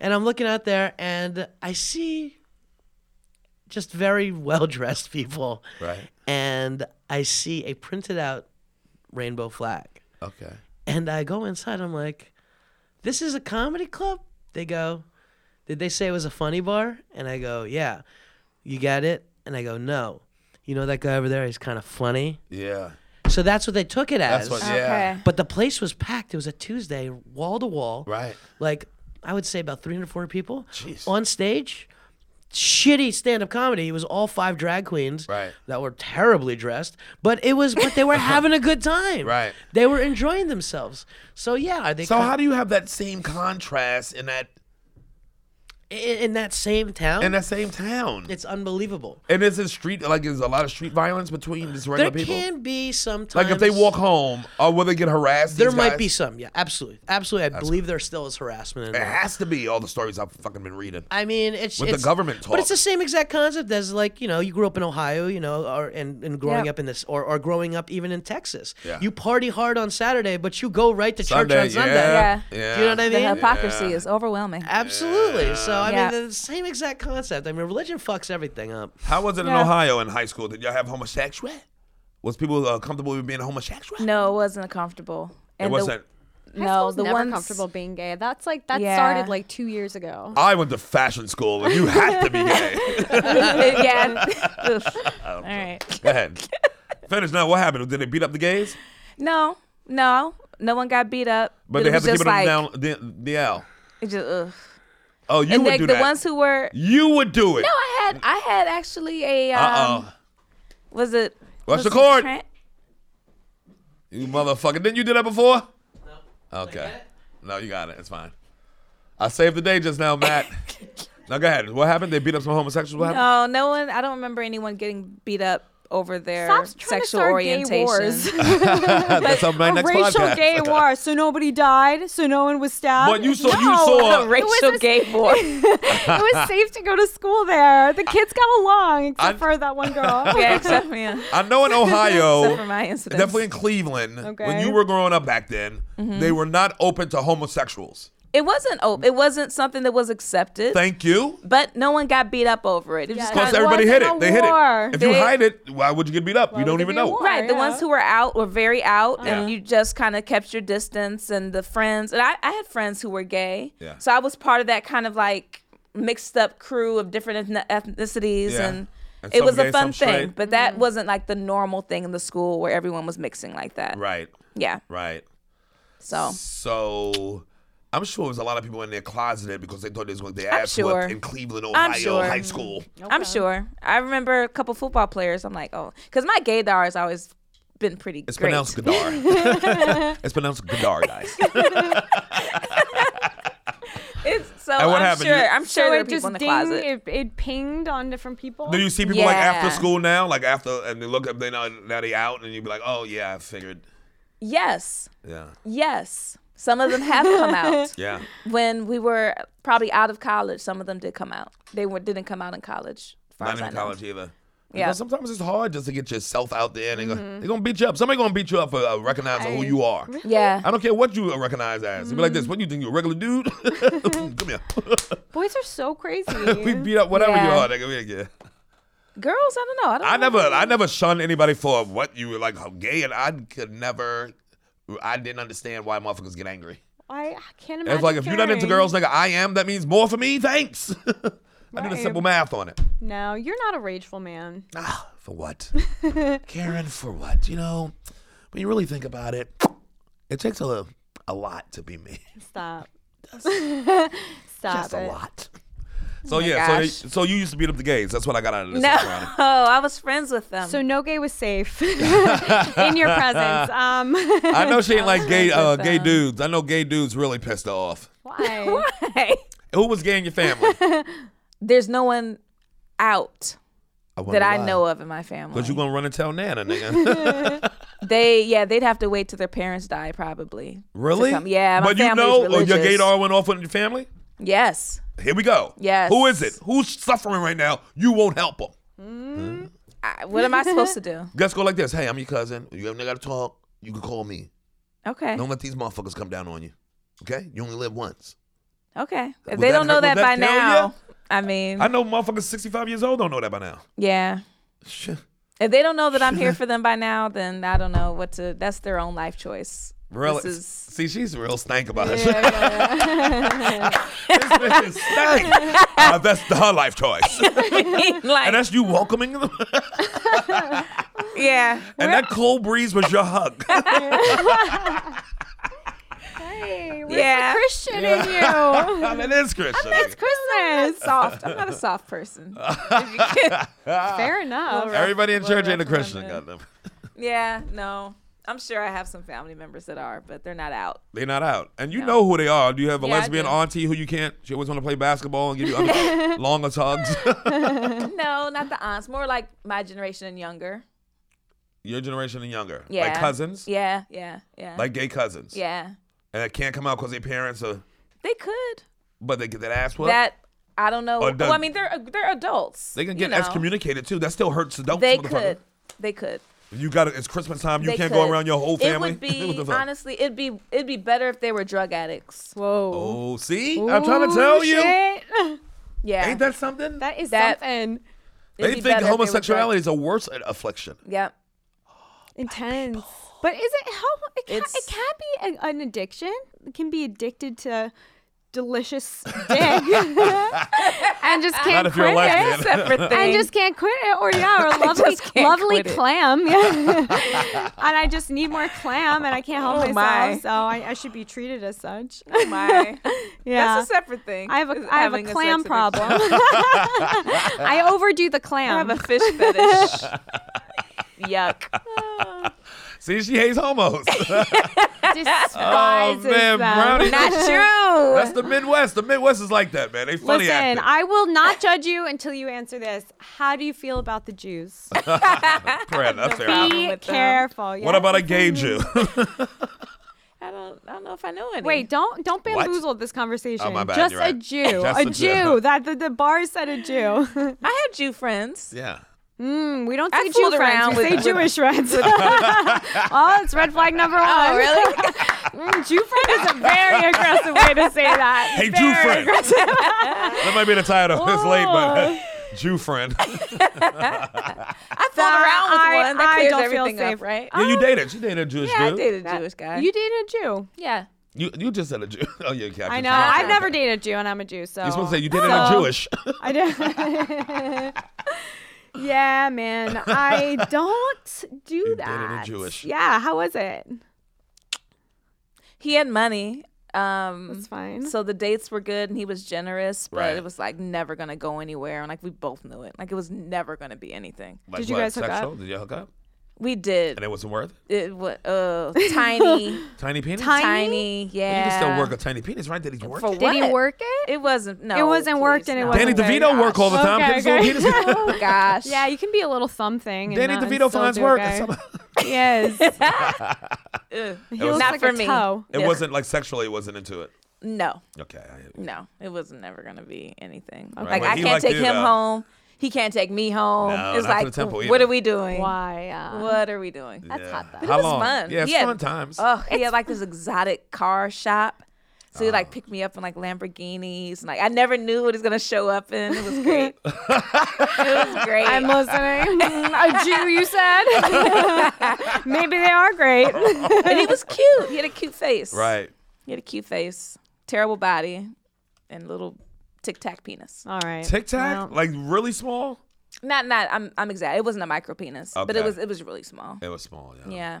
Speaker 9: And I'm looking out there and I see just very well dressed people.
Speaker 6: Right.
Speaker 9: And I see a printed out rainbow flag.
Speaker 6: Okay.
Speaker 9: And I go inside. I'm like, this is a comedy club? They go, did they say it was a funny bar? And I go, yeah. You got it? And I go, no. You know that guy over there? He's kind of funny.
Speaker 6: Yeah.
Speaker 9: So that's what they took it as.
Speaker 6: That's what. Yeah.
Speaker 8: Okay.
Speaker 9: But the place was packed. It was a Tuesday, wall to wall.
Speaker 6: Right.
Speaker 9: Like, I would say about 300, 400 people on stage. Shitty stand up comedy. It was all five drag queens
Speaker 6: Right.
Speaker 9: that were terribly dressed, but it was, but they were having a good time.
Speaker 6: Right.
Speaker 9: They were enjoying themselves. So, yeah, are they
Speaker 6: So
Speaker 9: co-
Speaker 6: how do you have that same contrast in that
Speaker 9: i- in that same town?
Speaker 6: in that same town?
Speaker 9: it's unbelievable.
Speaker 6: and is it street like is a lot of street violence between just regular
Speaker 9: There
Speaker 6: people?
Speaker 9: can be sometimes.
Speaker 6: like if they walk home, or will they get harassed?
Speaker 9: There
Speaker 6: these
Speaker 9: might
Speaker 6: guys?
Speaker 9: be some, yeah, absolutely, absolutely. I believe there still is harassment. In
Speaker 6: There
Speaker 9: there.
Speaker 6: has to be all the stories I've fucking been reading.
Speaker 9: I mean, it's
Speaker 6: With the
Speaker 9: it's-
Speaker 6: government
Speaker 9: but it's
Speaker 6: talk.
Speaker 9: the same exact concept as like you know, you grew up in Ohio, you know, or and, and growing
Speaker 8: Yeah.
Speaker 9: up in this, or, or growing up even in Texas.
Speaker 6: Yeah.
Speaker 9: You party hard on Saturday, but you go right to
Speaker 6: Sunday,
Speaker 9: church on Sunday.
Speaker 6: yeah,
Speaker 8: Yeah.
Speaker 6: yeah.
Speaker 9: Do you know what I
Speaker 8: The
Speaker 9: mean?
Speaker 8: hypocrisy is overwhelming.
Speaker 9: Absolutely. So I
Speaker 8: Yeah.
Speaker 9: mean, they're the same exact concept. I mean, religion fucks everything up.
Speaker 6: How was it in
Speaker 8: Yeah.
Speaker 6: Ohio in high school? Did y'all have homosexual? Was people uh, comfortable with being homosexual?
Speaker 8: No, it wasn't comfortable.
Speaker 6: It
Speaker 8: the-
Speaker 6: wasn't.
Speaker 8: no,
Speaker 7: the
Speaker 8: the
Speaker 7: never
Speaker 8: one
Speaker 7: comfortable being gay. That's like that
Speaker 8: Yeah.
Speaker 7: started like two years ago.
Speaker 6: I went to fashion school, and you had to be gay.
Speaker 8: yeah. All right.
Speaker 6: Go ahead. Finish now. What happened? Did they beat up the gays?
Speaker 8: No, no, no one got beat up.
Speaker 6: But they
Speaker 8: it
Speaker 6: have
Speaker 8: was
Speaker 6: to keep
Speaker 8: just
Speaker 6: it
Speaker 8: like,
Speaker 6: down the, the L.
Speaker 8: It just, ugh.
Speaker 6: Oh, you
Speaker 8: And
Speaker 6: would
Speaker 8: like
Speaker 6: do
Speaker 8: the
Speaker 6: that.
Speaker 8: ones who were.
Speaker 6: you would do it.
Speaker 8: No, I had, I had actually a.
Speaker 6: uh
Speaker 8: Um,
Speaker 6: oh.
Speaker 8: Was it?
Speaker 6: Rush
Speaker 8: was
Speaker 6: the
Speaker 8: it
Speaker 6: court.
Speaker 8: Trent?
Speaker 6: You motherfucker. Didn't you do that before? No. Okay. No, you got it. It's fine. I saved the day just now, Matt.
Speaker 8: Oh,
Speaker 6: now go ahead. What happened? They beat up some homosexuals. What happened?
Speaker 8: No, no one. I don't remember anyone getting beat up over their
Speaker 7: Stop trying to
Speaker 8: sexual
Speaker 7: start gay
Speaker 8: orientation.
Speaker 7: wars.
Speaker 6: That's on my
Speaker 7: a
Speaker 6: next
Speaker 7: racial
Speaker 6: podcast.
Speaker 7: gay war, so nobody died, so no one was stabbed.
Speaker 6: But you saw- you
Speaker 7: No,
Speaker 6: saw-
Speaker 8: A racial
Speaker 7: a-
Speaker 8: gay war.
Speaker 7: it was safe to go to school there. The kids got along, except
Speaker 6: I'm-
Speaker 7: for that one girl.
Speaker 8: yeah, except, yeah.
Speaker 6: I know in
Speaker 8: Except for
Speaker 6: Ohio,
Speaker 8: my incidents.
Speaker 6: definitely in Cleveland, when
Speaker 7: Okay.
Speaker 6: you were growing up back then,
Speaker 8: Mm-hmm.
Speaker 6: they were not open to homosexuals.
Speaker 8: It wasn't open. It wasn't something that was accepted.
Speaker 6: Thank you.
Speaker 8: but no one got beat up over it. It was just
Speaker 7: Yeah,
Speaker 8: kind
Speaker 6: Plus,
Speaker 8: of
Speaker 7: it
Speaker 6: everybody hit it.
Speaker 7: wasn't a
Speaker 6: They hit
Speaker 7: war.
Speaker 6: it. If you
Speaker 8: They-
Speaker 6: hide it, why would you get beat up? you don't
Speaker 7: would it
Speaker 6: even
Speaker 7: be a
Speaker 6: know.
Speaker 7: war?
Speaker 8: Right, the
Speaker 7: yeah.
Speaker 8: ones who were out were very out,
Speaker 6: Yeah.
Speaker 8: and you just kind of kept your distance and the friends. And I, I had friends who were gay,
Speaker 6: Yeah.
Speaker 8: so I was part of that kind of like mixed up crew of different ethn- ethnicities,
Speaker 6: Yeah.
Speaker 8: and,
Speaker 6: And
Speaker 8: it
Speaker 6: some
Speaker 8: was
Speaker 6: gay,
Speaker 8: a fun
Speaker 6: some
Speaker 8: thing.
Speaker 6: straight.
Speaker 8: But
Speaker 7: Mm.
Speaker 8: that wasn't like the normal thing in the school where everyone was mixing like that.
Speaker 6: Right,
Speaker 8: Yeah.
Speaker 6: right.
Speaker 8: So
Speaker 6: So I'm sure there's a lot of people in there closeted because they thought this was their
Speaker 8: I'm
Speaker 6: ass
Speaker 8: sure.
Speaker 6: whipped in Cleveland, Ohio
Speaker 8: sure.
Speaker 6: high school.
Speaker 8: I'm sure. I remember a couple football players. I'm like, oh, because my gaydar has always been pretty
Speaker 6: It's
Speaker 8: great.
Speaker 6: pronounced Gadar. it's pronounced Gadar, guys.
Speaker 8: It's, so
Speaker 6: And what
Speaker 8: I'm
Speaker 6: happened?
Speaker 8: sure.
Speaker 6: You-
Speaker 8: I'm sure
Speaker 7: So
Speaker 8: there are
Speaker 7: it
Speaker 8: people
Speaker 7: just
Speaker 8: in the
Speaker 7: dinged,
Speaker 8: closet.
Speaker 7: it, it pinged on different people.
Speaker 6: Do you see people like after
Speaker 8: Yeah.
Speaker 6: school now? Like after, and they look up, they now, now they out, and you be like, oh, yeah, I figured.
Speaker 8: yes.
Speaker 6: Yeah.
Speaker 8: Yes. Some of them have come out.
Speaker 6: Yeah.
Speaker 8: When we were probably out of college, some of them did come out. They were, didn't come out in college. as far
Speaker 6: Not
Speaker 8: as I
Speaker 6: even
Speaker 8: know.
Speaker 6: college either.
Speaker 8: Yeah. Mm-hmm.
Speaker 6: Because sometimes it's hard just to get yourself out there. And they go- they going to beat you up. Somebody going to beat you up for uh, recognizing who you are.
Speaker 8: Yeah.
Speaker 6: I don't care what you recognize as. It'd be like
Speaker 8: Mm-hmm.
Speaker 6: this. What do you think? You a regular dude? Come here.
Speaker 7: Boys are so crazy.
Speaker 6: we beat up whatever you
Speaker 8: Yeah.
Speaker 6: are. Nigga. We- yeah.
Speaker 8: Girls, I don't know. I, don't
Speaker 6: I
Speaker 8: know.
Speaker 6: never, I never shunned anybody for what you were like how gay, and I could never, I didn't understand why motherfuckers get angry.
Speaker 7: I, I can't imagine.
Speaker 6: It's like if you're not into
Speaker 7: caring.
Speaker 6: girls, nigga, I am. That means more for me. Thanks. I do the
Speaker 7: Right.
Speaker 6: simple math on it.
Speaker 7: No, you're not a rageful man.
Speaker 6: Ah, for what? Karen, for what? You know, when you really think about it, it takes a
Speaker 8: Oh
Speaker 6: a lot to be me.
Speaker 7: Stop. Stop
Speaker 6: Just a
Speaker 7: it.
Speaker 6: lot. So yeah, so,
Speaker 8: gosh.
Speaker 6: they- so you used to beat up the gays. That's what I got out of this.
Speaker 8: No,
Speaker 6: Ronnie.
Speaker 8: I was friends with them.
Speaker 7: So no gay was safe in your presence. Um,
Speaker 6: I know she ain't like gay uh, gay dudes. I know gay dudes really pissed her off.
Speaker 7: why?
Speaker 8: why?
Speaker 6: Who was gay in your family?
Speaker 8: There's no one out that I know of in my family.
Speaker 6: But you gonna run and tell Nana, nigga.
Speaker 8: They yeah, they'd have to wait till their parents die probably.
Speaker 6: really?
Speaker 8: come- yeah, my
Speaker 6: But you
Speaker 8: family's
Speaker 6: know, oh, your
Speaker 8: religious.
Speaker 6: gaydar went off on your family.
Speaker 8: Yes.
Speaker 6: Here we go.
Speaker 8: Yes.
Speaker 6: Who is it? Who's suffering right now? You won't help them.
Speaker 8: I, what am I supposed to do?
Speaker 6: Let's go like this. Hey, I'm your cousin. You ever gotta talk? You can call me.
Speaker 8: Okay.
Speaker 6: Don't let these motherfuckers come down on you. Okay? You only live once.
Speaker 8: Okay. If
Speaker 6: Would
Speaker 8: they
Speaker 6: that
Speaker 8: don't know
Speaker 6: hurt-
Speaker 8: that,
Speaker 6: would
Speaker 8: by
Speaker 6: that tell
Speaker 8: now,
Speaker 6: ya?
Speaker 8: I mean,
Speaker 6: I know motherfuckers 65 years old don't know that by now.
Speaker 8: yeah.
Speaker 6: Shit.
Speaker 8: If they don't know that I'm here for them by now, then I don't know what to. That's their own life choice.
Speaker 6: Really?
Speaker 8: This is-
Speaker 6: See, she's real stank about it. this bitch is stank. Uh, that's her life choice. And
Speaker 8: like,
Speaker 6: that's you welcoming them.
Speaker 8: yeah.
Speaker 6: and that cold breeze was your hug.
Speaker 7: Hey, where's
Speaker 8: Yeah.
Speaker 7: the Christian in you?
Speaker 6: I mean, it is Christian.
Speaker 7: It's Christmas.
Speaker 8: Soft. I'm not a soft person.
Speaker 6: Uh.
Speaker 7: Fair enough.
Speaker 6: Everybody in church ain't a Christian. Goddamn.
Speaker 8: yeah. No. I'm sure I have some family members that are, but they're not out.
Speaker 6: They're not out. And you know who they are. Do you have a
Speaker 8: Yeah, I
Speaker 6: lesbian
Speaker 8: do.
Speaker 6: auntie who you can't? She always want to play basketball and give you other longer tugs.
Speaker 8: No, not the aunts. More like my generation and younger.
Speaker 6: Your generation and younger.
Speaker 8: Yeah.
Speaker 6: Like cousins.
Speaker 8: Yeah. Yeah. Yeah.
Speaker 6: Like gay cousins.
Speaker 8: Yeah.
Speaker 6: And that can't come out because their parents are,
Speaker 8: They could.
Speaker 6: but they get that ass whooped.
Speaker 8: that I don't know.
Speaker 6: Or does-
Speaker 8: well, I mean, they're uh, they're adults.
Speaker 6: they can
Speaker 8: you
Speaker 6: get
Speaker 8: know.
Speaker 6: excommunicated too. That still hurts adults.
Speaker 8: They
Speaker 6: motherfucker.
Speaker 8: could. They could.
Speaker 6: You got to It's Christmas time. You
Speaker 8: They
Speaker 6: can't
Speaker 8: could.
Speaker 6: go around your whole family.
Speaker 8: It would
Speaker 6: What the
Speaker 8: be
Speaker 6: fuck?
Speaker 8: honestly, it'd be it'd be better if they were drug addicts.
Speaker 7: Whoa.
Speaker 6: Oh, see, I'm trying to tell you.
Speaker 7: Shit.
Speaker 8: Yeah.
Speaker 6: Ain't that something?
Speaker 7: That is
Speaker 8: That-
Speaker 7: something
Speaker 8: It'd
Speaker 6: they
Speaker 8: be
Speaker 6: think
Speaker 8: better if were drug-
Speaker 6: homosexuality is a worse affliction.
Speaker 8: Yep.
Speaker 7: intense. But is it how it can, it
Speaker 8: It's-
Speaker 7: can be a, an addiction? It can be addicted to delicious dick and just can't
Speaker 6: Not if you're
Speaker 7: quit
Speaker 6: a lesbian.
Speaker 7: it.
Speaker 8: Separate
Speaker 7: I
Speaker 8: thing.
Speaker 7: just can't quit it, or yeah, or lovely,
Speaker 8: just can't
Speaker 7: lovely
Speaker 8: quit it.
Speaker 7: clam, yeah. and I just need more clam, and I can't help
Speaker 8: Oh,
Speaker 7: myself,
Speaker 8: my.
Speaker 7: so I, I should be treated as such.
Speaker 6: Uh,
Speaker 8: my.
Speaker 7: yeah,
Speaker 8: That's a separate thing.
Speaker 7: I have a,
Speaker 8: is
Speaker 7: I have a
Speaker 8: having sex
Speaker 7: clam
Speaker 8: addiction.
Speaker 7: problem. I overdo the
Speaker 8: I have
Speaker 7: clam.
Speaker 8: a fish fetish. Yuck.
Speaker 6: See, she hates homos.
Speaker 7: despises
Speaker 6: Oh, man,
Speaker 7: them.
Speaker 6: brownie.
Speaker 7: Not true.
Speaker 6: That's the Midwest. The Midwest is like that, man. They funny
Speaker 7: Listen,
Speaker 6: acting.
Speaker 7: I will not judge you until you answer this. How do you feel about the Jews?
Speaker 6: Correct, that's fair.
Speaker 8: problem
Speaker 7: Be
Speaker 8: with them.
Speaker 7: careful. Mm-hmm.
Speaker 6: What
Speaker 7: yes?
Speaker 6: about a gay Jew?
Speaker 8: I don't, I don't know if I know any.
Speaker 7: Wait, don't don't
Speaker 6: What?
Speaker 7: bamboozle this conversation.
Speaker 6: Oh, my bad,
Speaker 7: Just
Speaker 6: you're
Speaker 7: a
Speaker 6: right.
Speaker 7: Jew.
Speaker 6: Just
Speaker 7: a
Speaker 6: a Jew.
Speaker 7: Jew. That the, the bar said a Jew.
Speaker 8: I have Jew friends.
Speaker 6: yeah.
Speaker 7: Mm, we don't
Speaker 8: I
Speaker 7: say Jew
Speaker 8: fooled around
Speaker 7: friends. We
Speaker 8: with-
Speaker 7: say
Speaker 8: with-
Speaker 7: Jewish friends. oh, it's red flag number one.
Speaker 8: Oh, really?
Speaker 7: Mm, Jew friend is a very aggressive way to say that.
Speaker 6: Hey, Jew
Speaker 7: Very
Speaker 6: friend.
Speaker 7: aggressive.
Speaker 6: That might be the title. It's late,
Speaker 7: Oh.
Speaker 6: but Jew friend.
Speaker 8: I fooled around with
Speaker 7: I-
Speaker 8: one. That
Speaker 7: I
Speaker 8: clears
Speaker 7: don't feel
Speaker 8: everything
Speaker 7: safe.
Speaker 8: up, right?
Speaker 6: yeah, you dated. She dated a Jewish
Speaker 8: Yeah, I
Speaker 6: dude.
Speaker 8: dated a Jewish guy.
Speaker 7: You dated a Jew.
Speaker 8: yeah.
Speaker 6: You you just said a Jew. Oh yeah, Captain.
Speaker 7: I know.
Speaker 6: You're
Speaker 7: I've never Oh. dated a Jew, and I'm a Jew. So
Speaker 6: supposed to say you dated a Jewish.
Speaker 7: I don't. yeah, man. I don't do
Speaker 6: dated a
Speaker 7: that.
Speaker 6: Jewish.
Speaker 7: Yeah. How was it?
Speaker 8: He had money. Um,
Speaker 7: It's fine.
Speaker 8: So the dates were good and he was generous, but
Speaker 6: Right.
Speaker 8: it was like never gonna go anywhere. And like we both knew it. Like it was never gonna be anything.
Speaker 6: Like,
Speaker 7: Did you
Speaker 6: what,
Speaker 7: guys hook
Speaker 6: sexual?
Speaker 7: up?
Speaker 6: Did you hook up?
Speaker 8: We did.
Speaker 6: And it wasn't worth it?
Speaker 8: It was uh, tiny,
Speaker 6: Tiny penis?
Speaker 8: tiny. Yeah.
Speaker 6: You can still work a tiny penis, right? That he's working.
Speaker 8: For
Speaker 7: Did he
Speaker 8: what?
Speaker 7: work it?
Speaker 8: It wasn't. No.
Speaker 7: It wasn't worked
Speaker 8: please,
Speaker 7: and it
Speaker 8: no.
Speaker 6: Danny
Speaker 7: wasn't very
Speaker 6: DeVito work all the
Speaker 7: Okay,
Speaker 6: time. Hit his
Speaker 7: okay.
Speaker 6: little penis.
Speaker 8: Oh gosh.
Speaker 7: Yeah, you can be a little thumb thing. and
Speaker 6: Danny
Speaker 7: not- and
Speaker 6: DeVito
Speaker 7: still
Speaker 6: finds
Speaker 7: do
Speaker 6: work.
Speaker 7: Okay.
Speaker 6: Some-
Speaker 7: Yes.
Speaker 8: Ugh.
Speaker 7: He
Speaker 6: was-
Speaker 7: looks
Speaker 8: Not
Speaker 7: like
Speaker 8: for
Speaker 7: a
Speaker 8: me.
Speaker 7: toe.
Speaker 6: It
Speaker 8: Yeah.
Speaker 6: wasn't like sexually. It wasn't into it.
Speaker 8: No.
Speaker 6: Okay. I-
Speaker 8: No. It was never gonna be anything.
Speaker 7: Okay.
Speaker 8: Like
Speaker 7: But
Speaker 8: I
Speaker 6: he
Speaker 8: can't
Speaker 6: liked
Speaker 8: take
Speaker 6: you,
Speaker 8: him
Speaker 6: though.
Speaker 8: home. He can't take me home.
Speaker 6: No,
Speaker 8: it's
Speaker 6: not to
Speaker 8: like,
Speaker 6: the temple
Speaker 8: what
Speaker 6: either.
Speaker 8: are we doing?
Speaker 7: Why? Uh,
Speaker 8: What are we doing?
Speaker 7: That's hot though.
Speaker 6: How
Speaker 8: It was
Speaker 6: long?
Speaker 8: fun.
Speaker 6: Yeah, it's
Speaker 8: He had-
Speaker 6: fun times.
Speaker 8: Oh, he had like this exotic car shop. So he
Speaker 6: Oh.
Speaker 8: like picked me up in like Lamborghinis and like I never knew what he was gonna show up in. It was great. it was great.
Speaker 7: I'm listening. Mm, a Jew, you said. Maybe they are great.
Speaker 8: and he was cute. He had a cute face.
Speaker 6: right.
Speaker 8: He had a cute face, terrible body, and little tic tac penis.
Speaker 7: All right.
Speaker 6: Tic Tac?
Speaker 7: Well,
Speaker 6: Like really small?
Speaker 8: Not not I'm I'm exact. It wasn't a micro penis, but
Speaker 6: Okay.
Speaker 8: it was it was really small.
Speaker 6: It was small. Yeah.
Speaker 8: Yeah.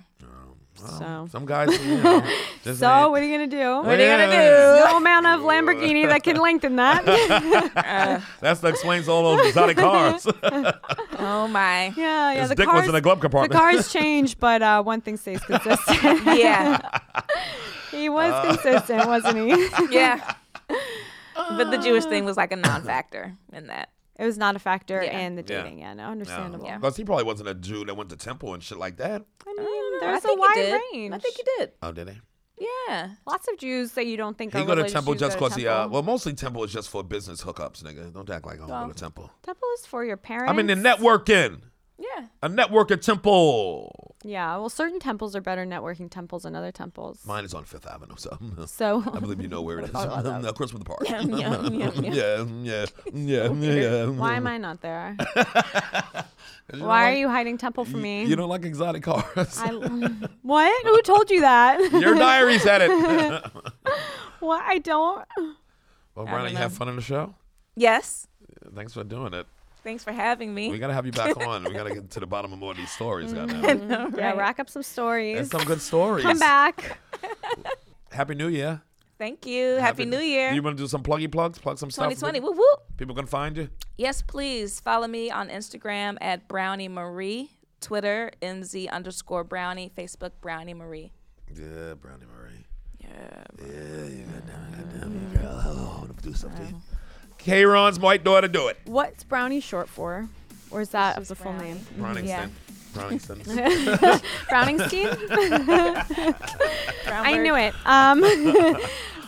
Speaker 7: so.
Speaker 6: Some guys. You know, just
Speaker 7: So
Speaker 6: ain't-
Speaker 7: what are you gonna do?
Speaker 6: What are you gonna do?
Speaker 7: No amount of Lamborghini that can lengthen that.
Speaker 6: That's that explains all those exotic cars.
Speaker 8: Oh my.
Speaker 7: yeah, yeah.
Speaker 6: His
Speaker 7: the
Speaker 6: dick
Speaker 7: cars,
Speaker 6: was in a glove
Speaker 7: the
Speaker 6: compartment.
Speaker 7: cars change, but uh, one thing stays consistent.
Speaker 8: Yeah.
Speaker 7: he was
Speaker 6: Ah.
Speaker 7: consistent, wasn't he?
Speaker 8: Yeah. but the Jewish thing was like a non factor in that.
Speaker 7: it was not a factor
Speaker 8: Yeah.
Speaker 7: in the
Speaker 6: Yeah.
Speaker 7: dating. Yeah, no, understandable.
Speaker 8: Yeah.
Speaker 6: Because he probably wasn't a Jew that went to temple and shit like that.
Speaker 7: I mean,
Speaker 8: I
Speaker 7: Mm, there's a
Speaker 8: think he
Speaker 7: wide
Speaker 8: did.
Speaker 7: range.
Speaker 8: I think he did.
Speaker 6: Oh, did he?
Speaker 8: Yeah.
Speaker 7: Lots of Jews that you don't think
Speaker 6: He
Speaker 7: are
Speaker 6: go to
Speaker 7: religious
Speaker 6: temple
Speaker 7: Jews
Speaker 6: just
Speaker 7: go to
Speaker 6: because he, uh,
Speaker 7: temple.
Speaker 6: well, mostly temple is just for business hookups, nigga. Don't act like I don't go to temple.
Speaker 7: Temple is for your parents.
Speaker 6: I'm in the networking.
Speaker 8: Yeah.
Speaker 6: A networking temple.
Speaker 7: Yeah, well, certain temples are better networking temples than other temples.
Speaker 6: Mine is on Fifth Avenue, so
Speaker 7: So
Speaker 6: I believe you know where it is.
Speaker 7: Thought about that.
Speaker 6: Across from the park.
Speaker 8: Yum, yum, yum, yum.
Speaker 6: Yeah, yeah, yeah, yeah.
Speaker 7: why am I not there? Why are you hiding temple from me?
Speaker 6: You don't like exotic cars.
Speaker 7: I, what? Who told you that?
Speaker 6: Your diary said it.
Speaker 7: what? I don't.
Speaker 6: well, Brian, you have fun on the show.
Speaker 8: Yes.
Speaker 6: Thanks for doing it.
Speaker 8: Thanks for having me.
Speaker 6: We gotta have you back on. We gotta get to the bottom of more of these stories. Goddamn,
Speaker 7: Yeah, rack up some
Speaker 6: there's
Speaker 7: stories.
Speaker 6: some good stories.
Speaker 7: Come back.
Speaker 6: Happy New Year.
Speaker 8: Thank you. Happy, New Year.
Speaker 6: You want to do some pluggy plugs? Plug some stuff.
Speaker 8: 2020. Woo woo.
Speaker 6: People can find you.
Speaker 8: Yes, please follow me on Instagram at Brownie Marie, Twitter MZ underscore Brownie, Facebook Brownie Marie.
Speaker 6: Yeah, Brownie Murray.
Speaker 8: Yeah.
Speaker 6: Kron's white daughter, do it.
Speaker 7: What's brownie short for? Or is that of the full
Speaker 8: Brownie.
Speaker 7: name?
Speaker 6: Browningston.
Speaker 8: Yeah.
Speaker 6: Browningston.
Speaker 7: Browningstein?
Speaker 8: Brown
Speaker 7: I
Speaker 8: bird.
Speaker 7: knew it. Um,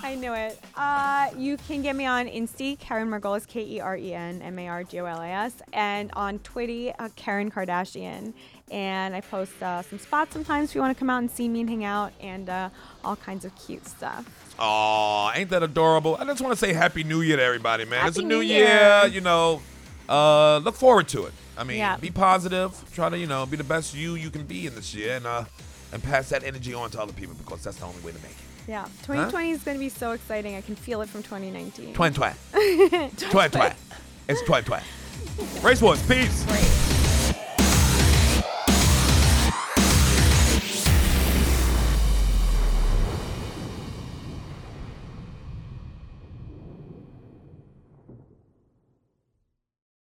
Speaker 7: I knew it. Uh, you can get me on Insta, Karen Margolis, K E R E N M A R G O L I S, and on Twitty, uh, Karen Kardashian. And I post uh, some spots sometimes if you want to come out and see me and hang out, and uh, all kinds of cute stuff.
Speaker 6: Aw, ain't that adorable? I just want to say Happy New Year to everybody, man. it's a
Speaker 7: Happy
Speaker 6: new
Speaker 7: New
Speaker 6: year.
Speaker 7: Year.
Speaker 6: you know. Uh, look forward to it. I mean,
Speaker 7: Yeah.
Speaker 6: be positive. Try to, you know, be the best you you can be in this year, and uh, and pass that energy on to other people because that's the only way to make it.
Speaker 7: Yeah, 2020 is going to be so exciting. I can feel it from 2019.
Speaker 6: Twin twin. twin twin. It's twin twin. Race wars. Peace.